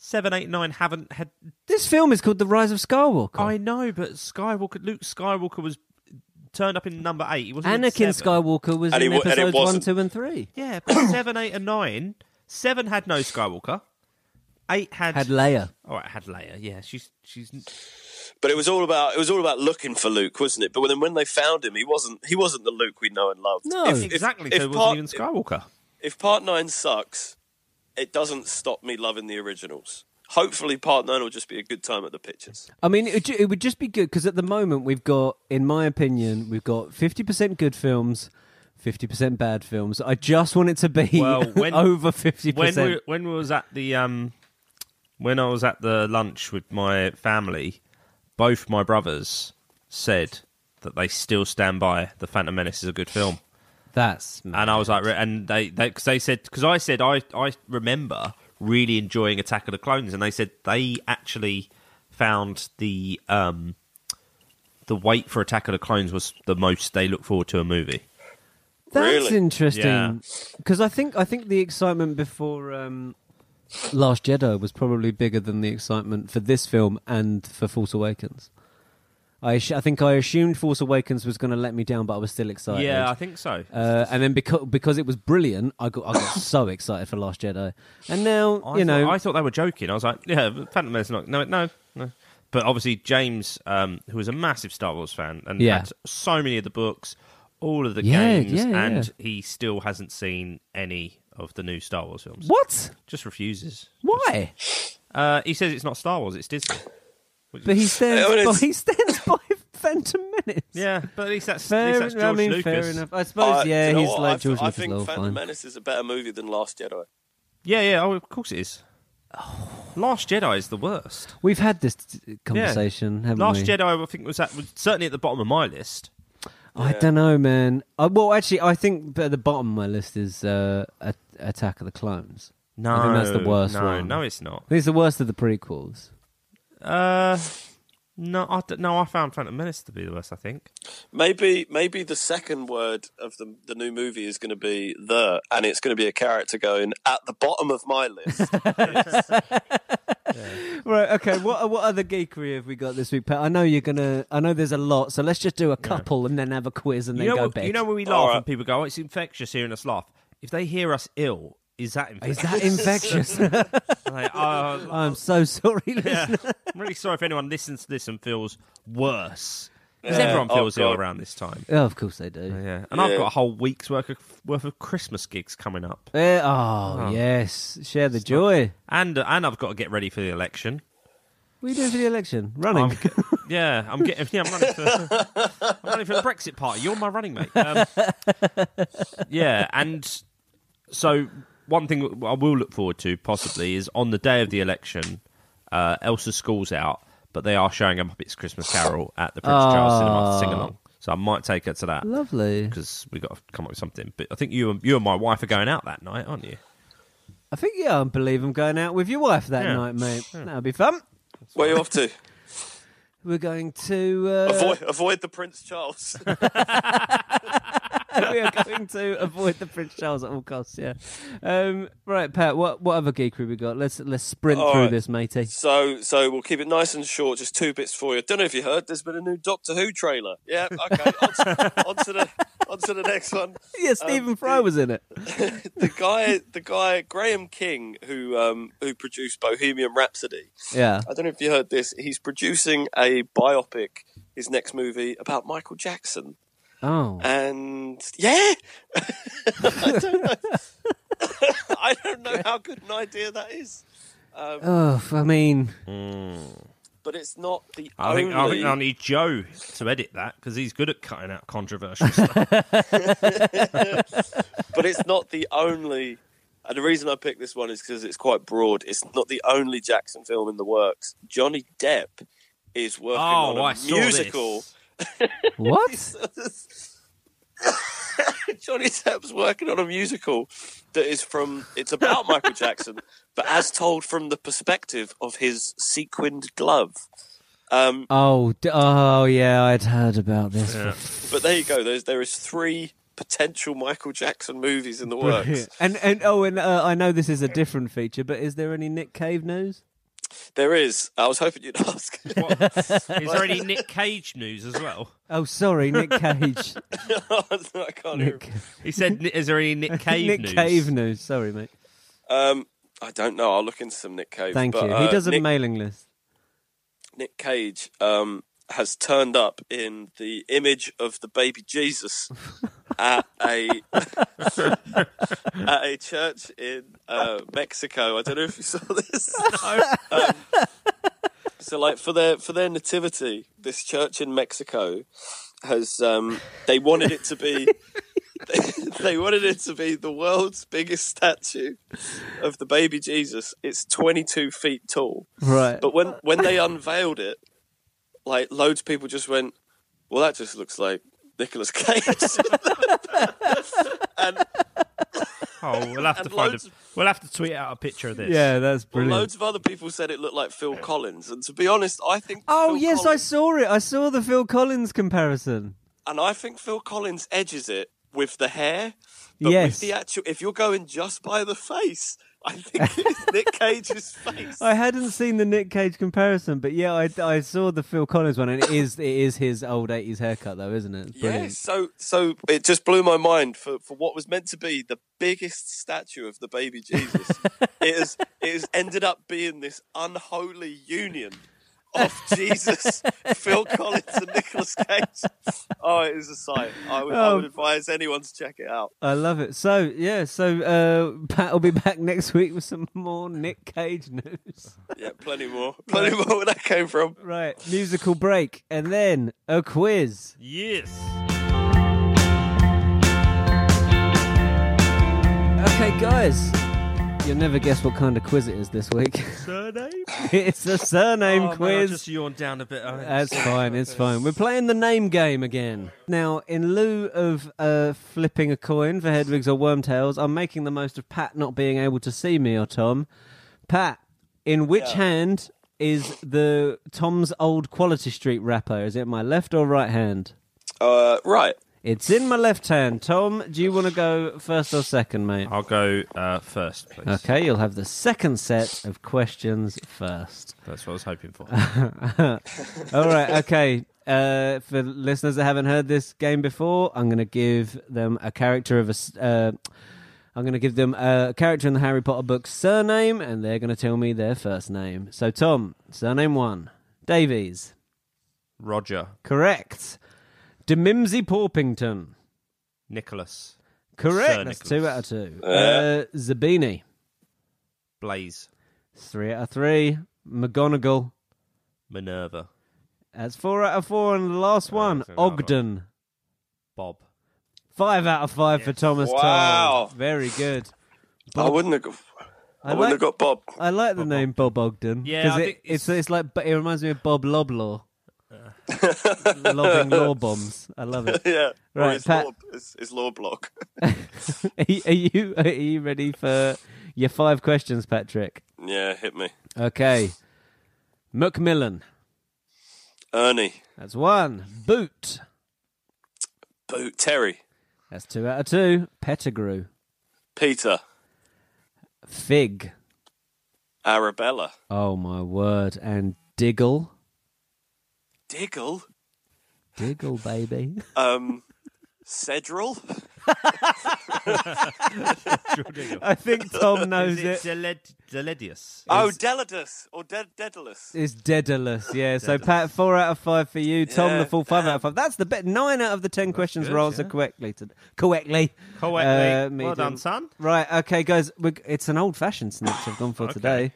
A: Seven, eight, nine haven't had.
C: This film is called The Rise of Skywalker.
A: I know, but Skywalker, Luke Skywalker was turned up in number eight. He wasn't in seven.
C: Anakin Skywalker was
B: And
C: in
B: he wa- and it
C: episodes one,
B: wasn't.
C: two, and three.
A: Yeah, but seven, eight, and nine. Seven had no Skywalker. Eight had.
C: Had Leia.
A: All right, had Leia. Yeah, she's she's
B: but it was all about it was all about looking for Luke, wasn't it? But then when they found him, he wasn't he wasn't the Luke we know and love.
C: No.
A: exactly.
B: if
A: so it
B: part-
A: wasn't even Skywalker.
B: if part nine sucks, it doesn't stop me loving the originals. Hopefully, part nine will just be a good time at the pictures.
C: I mean, it, would ju- it would just be good because at the moment we've got, in my opinion, we've got fifty percent good films, fifty percent bad films. I just want it to be
A: Well, when-
C: over fifty
A: when we,
C: percent.
A: when we was at the um when I was at the lunch with my family, both my brothers said that they still stand by the Phantom Menace is a good film,
C: That's
A: and I was like, re- and they they because they said because I said I I remember really enjoying Attack of the Clones, and they said they actually found the um the wait for Attack of the Clones was the most they look forward to a movie.
C: that's
B: Really?
A: Yeah.
C: interesting because I think I think the excitement before um, Last Jedi was probably bigger than the excitement for this film and for Force Awakens. I, ass- I think I assumed Force Awakens was going to let me down, but I was still excited.
A: Yeah, I think so.
C: Uh, and then because because it was brilliant, I got I got so excited for Last Jedi, and now
A: I thought,
C: you know
A: I thought they were joking. I was like, yeah, but Phantom Menace, not no, no, no. But obviously, James, um, who was a massive Star Wars fan and
C: Yeah.
A: had so many of the books, all of the
C: Yeah,
A: games,
C: yeah,
A: and
C: yeah.
A: he still hasn't seen any of the new Star Wars films.
C: what?
A: Just refuses.
C: Why?
A: Uh, he says it's not Star Wars; it's Disney.
C: But he
B: Yeah, well,
C: stands. by,
B: it's-
C: he stands by Phantom Menace.
A: Yeah, but at least that's, at
C: fair.
A: least that's George
C: I mean,
A: Lucas.
C: fair enough. I
B: Uh,
C: suppose.
B: do you
C: yeah,
B: know
C: he's
B: what? I
C: like
B: th-
C: George
B: I
C: Lucas.
B: think
C: Lord,
B: Phantom
C: fine.
B: Menace is a better movie than Last Jedi.
A: Yeah, yeah. Oh, of course it is.
C: Oh.
A: Last Jedi is the worst.
C: We've had this t- conversation, haven't
A: Last
C: we?
A: Jedi, I think, was, at, was certainly at the bottom of my list.
C: I don't know, man. I, well, actually, I think at the bottom of my list is uh, A- Attack of the Clones.
A: No,
C: I think that's the worst
A: no,
C: one.
A: No, it's not.
C: I think it's the worst of the prequels.
A: Uh, no, I d- no, I found Phantom Menace to be the worst. I think.
B: Maybe, maybe the second word of the the new movie is going to be the, and it's going to be a character going at the bottom of my list.
C: Right. Okay. What what other geekery have we got this week, Pat? I know you're gonna. I know there's a lot, so let's just do a couple and then have a quiz and
A: You
C: then
A: know,
C: go
A: what,
C: back.
A: you know when we
B: All
A: laugh
B: right.
A: and people go, "Oh, it's infectious," hearing us laugh. If they hear us ill, is that
C: is
A: infectious?
C: that infectious?
A: Like, oh,
C: I'm so sorry.
A: yeah.
C: listener.
A: I'm really sorry if anyone listens to this and feels worse because
B: Yeah.
A: everyone
B: Oh,
A: feels ill
B: God.
A: around this time.
C: Oh, of course they do.
A: Yeah, and I've
B: Yeah.
A: got a whole week's worth of, worth of Christmas gigs coming up,
C: Eh, oh, yes, share the joy.
A: and and I've got to get ready for the election.
C: What are you doing for the election? Running.
A: I'm ge- yeah, I'm getting. Yeah, I'm running for. I'm running for the Brexit Party. You're my running mate. Um, yeah, and so one thing I will look forward to possibly is on the day of the election, uh, Elsa's school's out, but they are showing a Muppets Christmas Carol at the Prince Charles Cinema to sing along. So I might take her to that
C: Lovely.
A: because we got to come up with something. But I think you and you and my wife are going out that night, aren't you?
C: I think yeah, I believe I'm going out with your wife that
A: Yeah.
C: night, mate. That'll be fun.
B: Where are you off to?
C: We're going to uh,
B: Avoid, avoid the Prince Charles.
C: we are going to avoid the Prince Charles at all costs. Yeah. Um, right, Pat. What what other geekery we got? Let's let's sprint
B: All
C: through
B: right.
C: this, matey.
B: So, so we'll keep it nice and short. Just two bits for you. Don't know if you heard. There's been a new Doctor Who trailer. Yeah. Okay. on, to, on to the on to the next one.
C: Yeah, Stephen
B: Um,
C: Fry was in it.
B: The guy, the guy Graham King, who um, who produced Bohemian Rhapsody.
C: Yeah.
B: I don't know if you heard this. He's producing a biopic, his next movie about Michael Jackson.
C: Oh.
B: And yeah, I don't know. I don't know how good an idea that is. Um,
C: Oh, I mean,
B: but it's not the
A: I
B: only.
A: think I think I need Joe to edit that because he's good at cutting out controversial stuff.
B: but it's not the only. And the reason I picked this one is because it's quite broad. It's not the only Jackson film in the works. Johnny Depp is working on a
A: oh, I saw
B: musical.
A: This.
C: what?
B: Johnny Depp's working on a musical that is from. It's about Michael Jackson, but as told from the perspective of his sequined glove. Um,
C: Oh, d- oh yeah, I'd heard about this.
A: Yeah.
B: but there you go. There's there is three potential Michael Jackson movies in the works.
C: Brilliant. And and oh, and uh, I know this is a different feature, but is there any Nick Cave news?
B: There is. I was hoping you'd ask.
A: Is there any Nick Cage news as well?
C: Oh, sorry, Nick Cage.
B: I can't even.
C: Nick,
A: He said, "Is there any Nick Cave
C: Nick
A: news?"
C: Cave news. Sorry, mate.
B: Um, I don't know. I'll look into some Nick Cage.
C: Thank
B: but,
C: you.
B: uh,
C: he does a
B: Nick,
C: mailing list.
B: Nick Cage um, has turned up in the image of the baby Jesus at a at a church in uh, Mexico. I don't know if you saw this. Um, so, like for their for their nativity, this church in Mexico has um, they wanted it to be. They wanted it to be the world's biggest statue of the baby Jesus. It's 22 feet tall.
C: Right.
B: But when when they unveiled it, like loads of people just went, "Well, that just looks like Nicolas Cage." and
A: Oh, we'll have to
B: And
A: find. A,
B: loads of-
A: we'll have to tweet out a picture of this.
C: yeah, that's brilliant.
B: loads of other people said it looked like Phil Collins. And to be honest, I think
C: oh
B: Phil
C: yes, I
B: Collins,
C: saw it. I saw the Phil Collins comparison.
B: and I think Phil Collins edges it with the hair, but
C: Yes.
B: with the actual. If you're going just by the face, I think it's Nick Cage's face.
C: I hadn't seen the Nick Cage comparison, but yeah, I, I saw the Phil Collins one, and it is it is his old eighties haircut though, isn't it? It's Brilliant.
B: Yeah, so so it just blew my mind for, for what was meant to be the biggest statue of the baby Jesus. it has it has ended up being this unholy union of Jesus, Phil Collins, and Nicolas Cage. Oh, it is a sight. I would, I would
C: Oh.
B: advise anyone to check it out.
C: I love it. So yeah, so uh, Pat will be back next week with some more Nick Cage news.
B: Yeah, plenty more, plenty more where that came from.
C: right, musical break, and then a quiz.
A: Yes.
C: Okay, guys, you'll never guess what kind of quiz it is this week.
A: Surname.
C: it's a surname
A: Oh, man, I
C: quiz.
A: just yawned down a bit. I-
C: That's fine. It's fine. We're playing the name game again. Now, in lieu of uh, flipping a coin for Hedwigs or Wormtails, I'm making the most of Pat not being able to see me or Tom. Pat, in which
B: Yeah.
C: hand is the Tom's old Quality Street wrapper? Is it my left or right hand?
B: Uh, right,
C: It's in my left hand. Tom, do you want to go first or second, mate?
A: I'll go uh, first, please.
C: Okay, you'll have the second set of questions first.
A: That's what I was hoping for.
C: All right, okay. Uh, for listeners that haven't heard this game before, I'm going to give them a character of a. s- Uh, I'm going to give them a character in the Harry Potter book's surname, and they're going to tell me their first name. So, Tom, surname one, Davies,
A: Roger,
C: correct. Demimsey Porpington,
A: Nicholas,
C: correct.
A: Sir
C: That's
A: Nicholas.
C: two out of two. Uh, Zabini,
A: Blaze,
C: three out of three. McGonagall,
A: Minerva,
C: that's four out of four. And the last one,
A: that's another one.
C: Ogden.
A: Bob.
C: Five out of five for Thomas.
B: Wow.
C: Toll. very good.
B: I wouldn't have. Got, I,
C: I
B: wouldn't
C: like-
B: have got Bob.
C: I like the name Bob Ogden.
A: Yeah,
C: 'cause
A: I
C: it,
A: think
C: it's,
A: it's-
C: it's like but it reminds me of Bob Loblaw, lobbing law bombs. I love it.
B: Yeah, Or
C: Right,
B: his
C: Pat-
B: law, his, his law block.
C: Are you are you ready for Your five questions, Patrick.
B: Yeah, hit me.
C: Okay. Macmillan.
B: Ernie.
C: That's one. Boot.
B: Boot. Terry.
C: That's two out of two. Pettigrew.
B: Peter.
C: Fig.
B: Arabella.
C: Oh my word. And Diggle.
B: Diggle.
C: Diggle, baby.
B: Um, Cedral.
C: I think Tom knows
A: Oh, Is it Uh,
C: it.
A: Zeled- Zeledius?
B: Oh, Deladus or De- Dedalus.
C: It's Daedalus, yeah. So Pat, four out of five for you. Tom,
B: Yeah,
C: the full five out of five. That's the bet. Nine out of the ten questions
A: um, good,
C: were answered
A: yeah.
C: correctly. To- correctly. Uh,
A: Correctly.
C: me
A: well done,
C: doing-
A: son.
C: Right, okay, guys. We're, g- it's an old-fashioned snitch I've gone for today,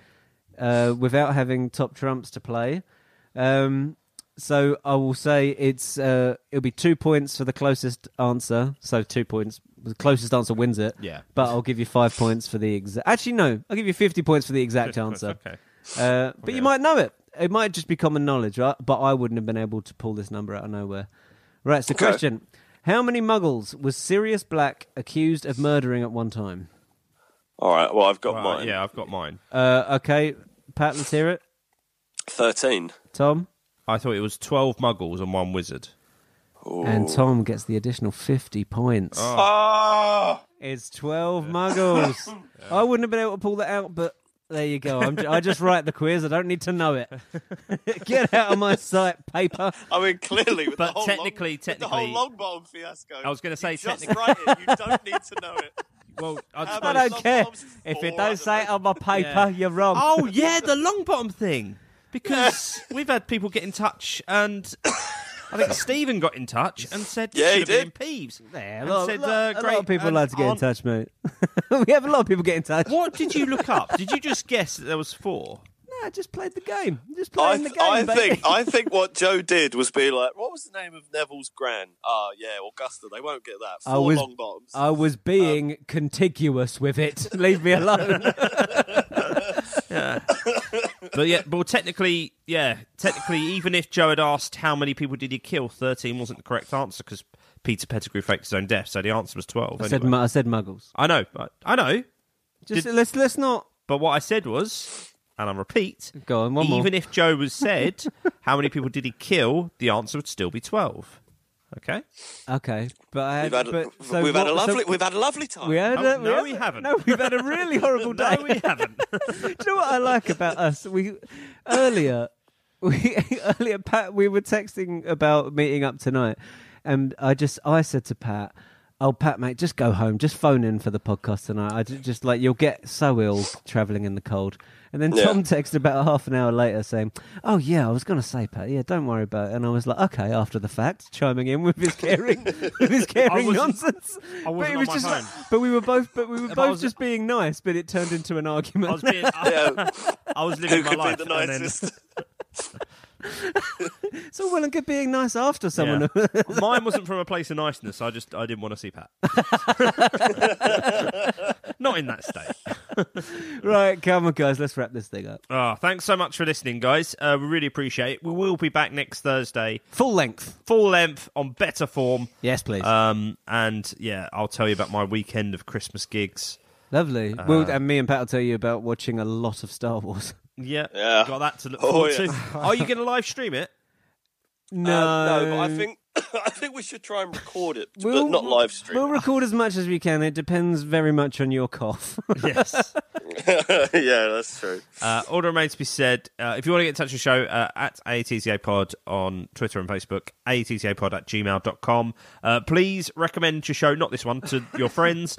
C: uh, without having top trumps to play. Um, so I will say it's uh, it'll be two points for the closest answer. So two points. The closest answer wins it.
A: Yeah.
C: But I'll give you five points for the exact. Actually, no. I'll give you fifty points for the exact answer.
A: Okay.
C: Uh, but you might know it. It might just be common knowledge, right? But I wouldn't have been able to pull this number out of nowhere. Right, so
B: Okay.
C: question. How many muggles was Sirius Black accused of murdering at one time?
B: All right. Well, I've got
A: Right,
B: mine.
A: yeah, I've got mine.
C: Uh, okay, Pat, let's hear it.
B: Thirteen.
C: Tom?
A: I thought it was twelve muggles and one wizard.
C: And Tom gets the additional 50 points.
A: Oh.
B: Ah.
C: It's 12 muggles. I wouldn't have been able to pull that out, but there you go. I'm ju- I just write the quiz. I don't need to know it. Get out of my sight, paper.
B: I mean, clearly, with
A: But
B: the whole
A: technically- technically-
B: long, with the whole long bomb fiasco.
A: I was gonna say
B: you just
A: technic-
B: write it. You don't need to know it.
A: Well,
B: How
C: I
B: Well,
C: don't
B: some
C: care.
B: bombs
C: If it
B: fall, I
C: don't
B: don't
C: say it
B: know.
C: on my paper,
A: Yeah.
C: you're wrong.
A: Oh yeah, the long bottom thing. Because we've had people get in touch, and I think Stephen got in touch and said,
B: Yeah, he
A: "Should have
B: did.
A: been in Peeves."
C: Yeah, a
A: and
C: lot,
A: said,
C: lot-
A: uh,
C: a lot
A: great,
C: of people
A: and
C: like to get in
A: aren't-
C: touch, mate. we have a lot of people get in touch.
A: What did you look up? Did you just guess that there was four?
C: No, I just played the game. Just
B: I,
C: playing the
B: th-
C: game.
B: I
C: baby.
B: think I think what Joe did was be like, "What was the name of Neville's gran?" Ah, yeah, Augusta. They won't get that.
C: I
B: Four
C: was-
B: long bombs.
C: I was being contiguous with it. Leave me alone.
A: But yeah, well, technically, yeah, technically, even if Joe had asked how many people did you kill, thirteen wasn't the correct answer because Peter Pettigrew faked his own death, so the answer was twelve.
C: I
A: Anyway.
C: said, mu- I said muggles.
A: I know, but I know.
C: Just
A: Did-
C: let's let's not
A: But what I said was, and I repeat,
C: go on one more.
A: even if Joe was said, how many people did he kill? The answer would still be twelve. Okay.
C: okay, but, I,
B: we've had,
C: but so
B: we've had a
C: what- so
B: lovely we've had a lovely time.
C: we had
A: Oh,
C: a, we
A: no,
C: had-
A: we haven't.
C: No, we've had a really horrible day.
A: No, we haven't.
C: Do you know what I like about us? We earlier, we earlier, Pat, we were texting about meeting up tonight, and I just I said to Pat, "Oh, Pat, mate, just go home, just phone in for the podcast tonight. I ju- just like you'll get so ill traveling in the cold." And then
B: Yeah.
C: Tom texted about half an hour later saying, "Oh yeah, I was going to say, Pat, yeah, don't worry about it." And I was like, "Okay," after the fact, chiming in with his caring, with his caring
A: wasn't-
C: nonsense.
A: I
C: But
A: wasn't
C: it
A: on
C: was
A: my
C: just
A: phone.
C: like- but we were both, but we were
A: I
C: both
A: was-
C: just being nice. But it turned into an argument.
A: I was being, I,
B: Yeah,
A: I was living
B: who
A: my
B: could be
A: life.
B: the
A: and then-
B: nicest?
C: It's all well and good being nice after someone.
A: Yeah. Mine wasn't from a place of niceness. I just I didn't want to see Pat. Not in that state.
C: right, come on, guys, let's wrap this thing up.
A: Ah, thanks so much for listening, guys. Uh, we really appreciate it. We will be back next Thursday,
C: Full length.
A: full length on better form.
C: Yes, please.
A: Um, and yeah, I'll tell you about my weekend of Christmas gigs.
C: Lovely.
A: uh,
C: well, and me and Pat will tell you about watching a lot of Star Wars.
A: Yeah,
B: Yeah.
A: got that to look
B: Oh,
A: forward
B: yeah.
A: to. Are you going to live stream it?
C: No,
B: Uh, no, but I think I think we should try and record it,
C: We'll-
B: but not live stream.
C: We'll record as much as we can. It depends very much on your cough.
A: Yes.
B: yeah, that's true.
A: Uh, all that remains to be said. Uh, if you want to get in touch with the show, uh, at ATCA Pod on Twitter and Facebook, ATCA Pod at gmail.com. Uh, please recommend your show, not this one, to your friends.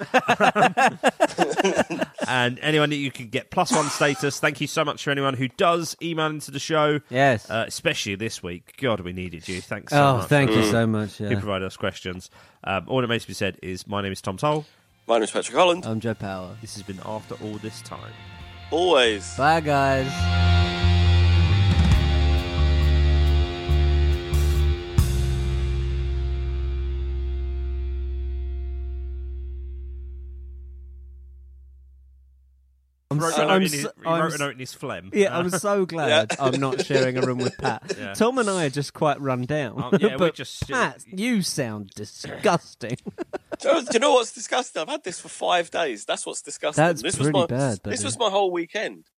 A: and anyone that you can get plus one status. Thank you so much for anyone who does email into the show.
C: Yes.
A: Uh, especially this week. God, we needed you. Thanks so
C: oh,
A: much.
C: thank you so much.
A: Who
C: Yeah.
A: provide us questions. Um, all that remains to be said is my name is Tom Toll.
B: My name's Patrick Holland.
C: I'm Joe Power.
A: This has been After All This Time.
B: Always.
C: Bye, guys. I'm
A: wrote,
C: so-
A: a note
C: I'm
A: in his,
C: so-
A: he wrote
C: I'm
A: a note in his phlegm.
C: Yeah,
A: Uh,
C: I'm so glad I'm not sharing a room with Pat.
A: Yeah.
C: Tom and I are just quite run down.
A: Um, yeah, we're
C: but
A: just-
C: Pat, you sound disgusting.
B: Do you know- do you know what's disgusting? I've had this for five days. That's what's disgusting.
C: That's
B: this
C: pretty
B: was my,
C: bad,
B: This
C: though.
B: was my whole weekend.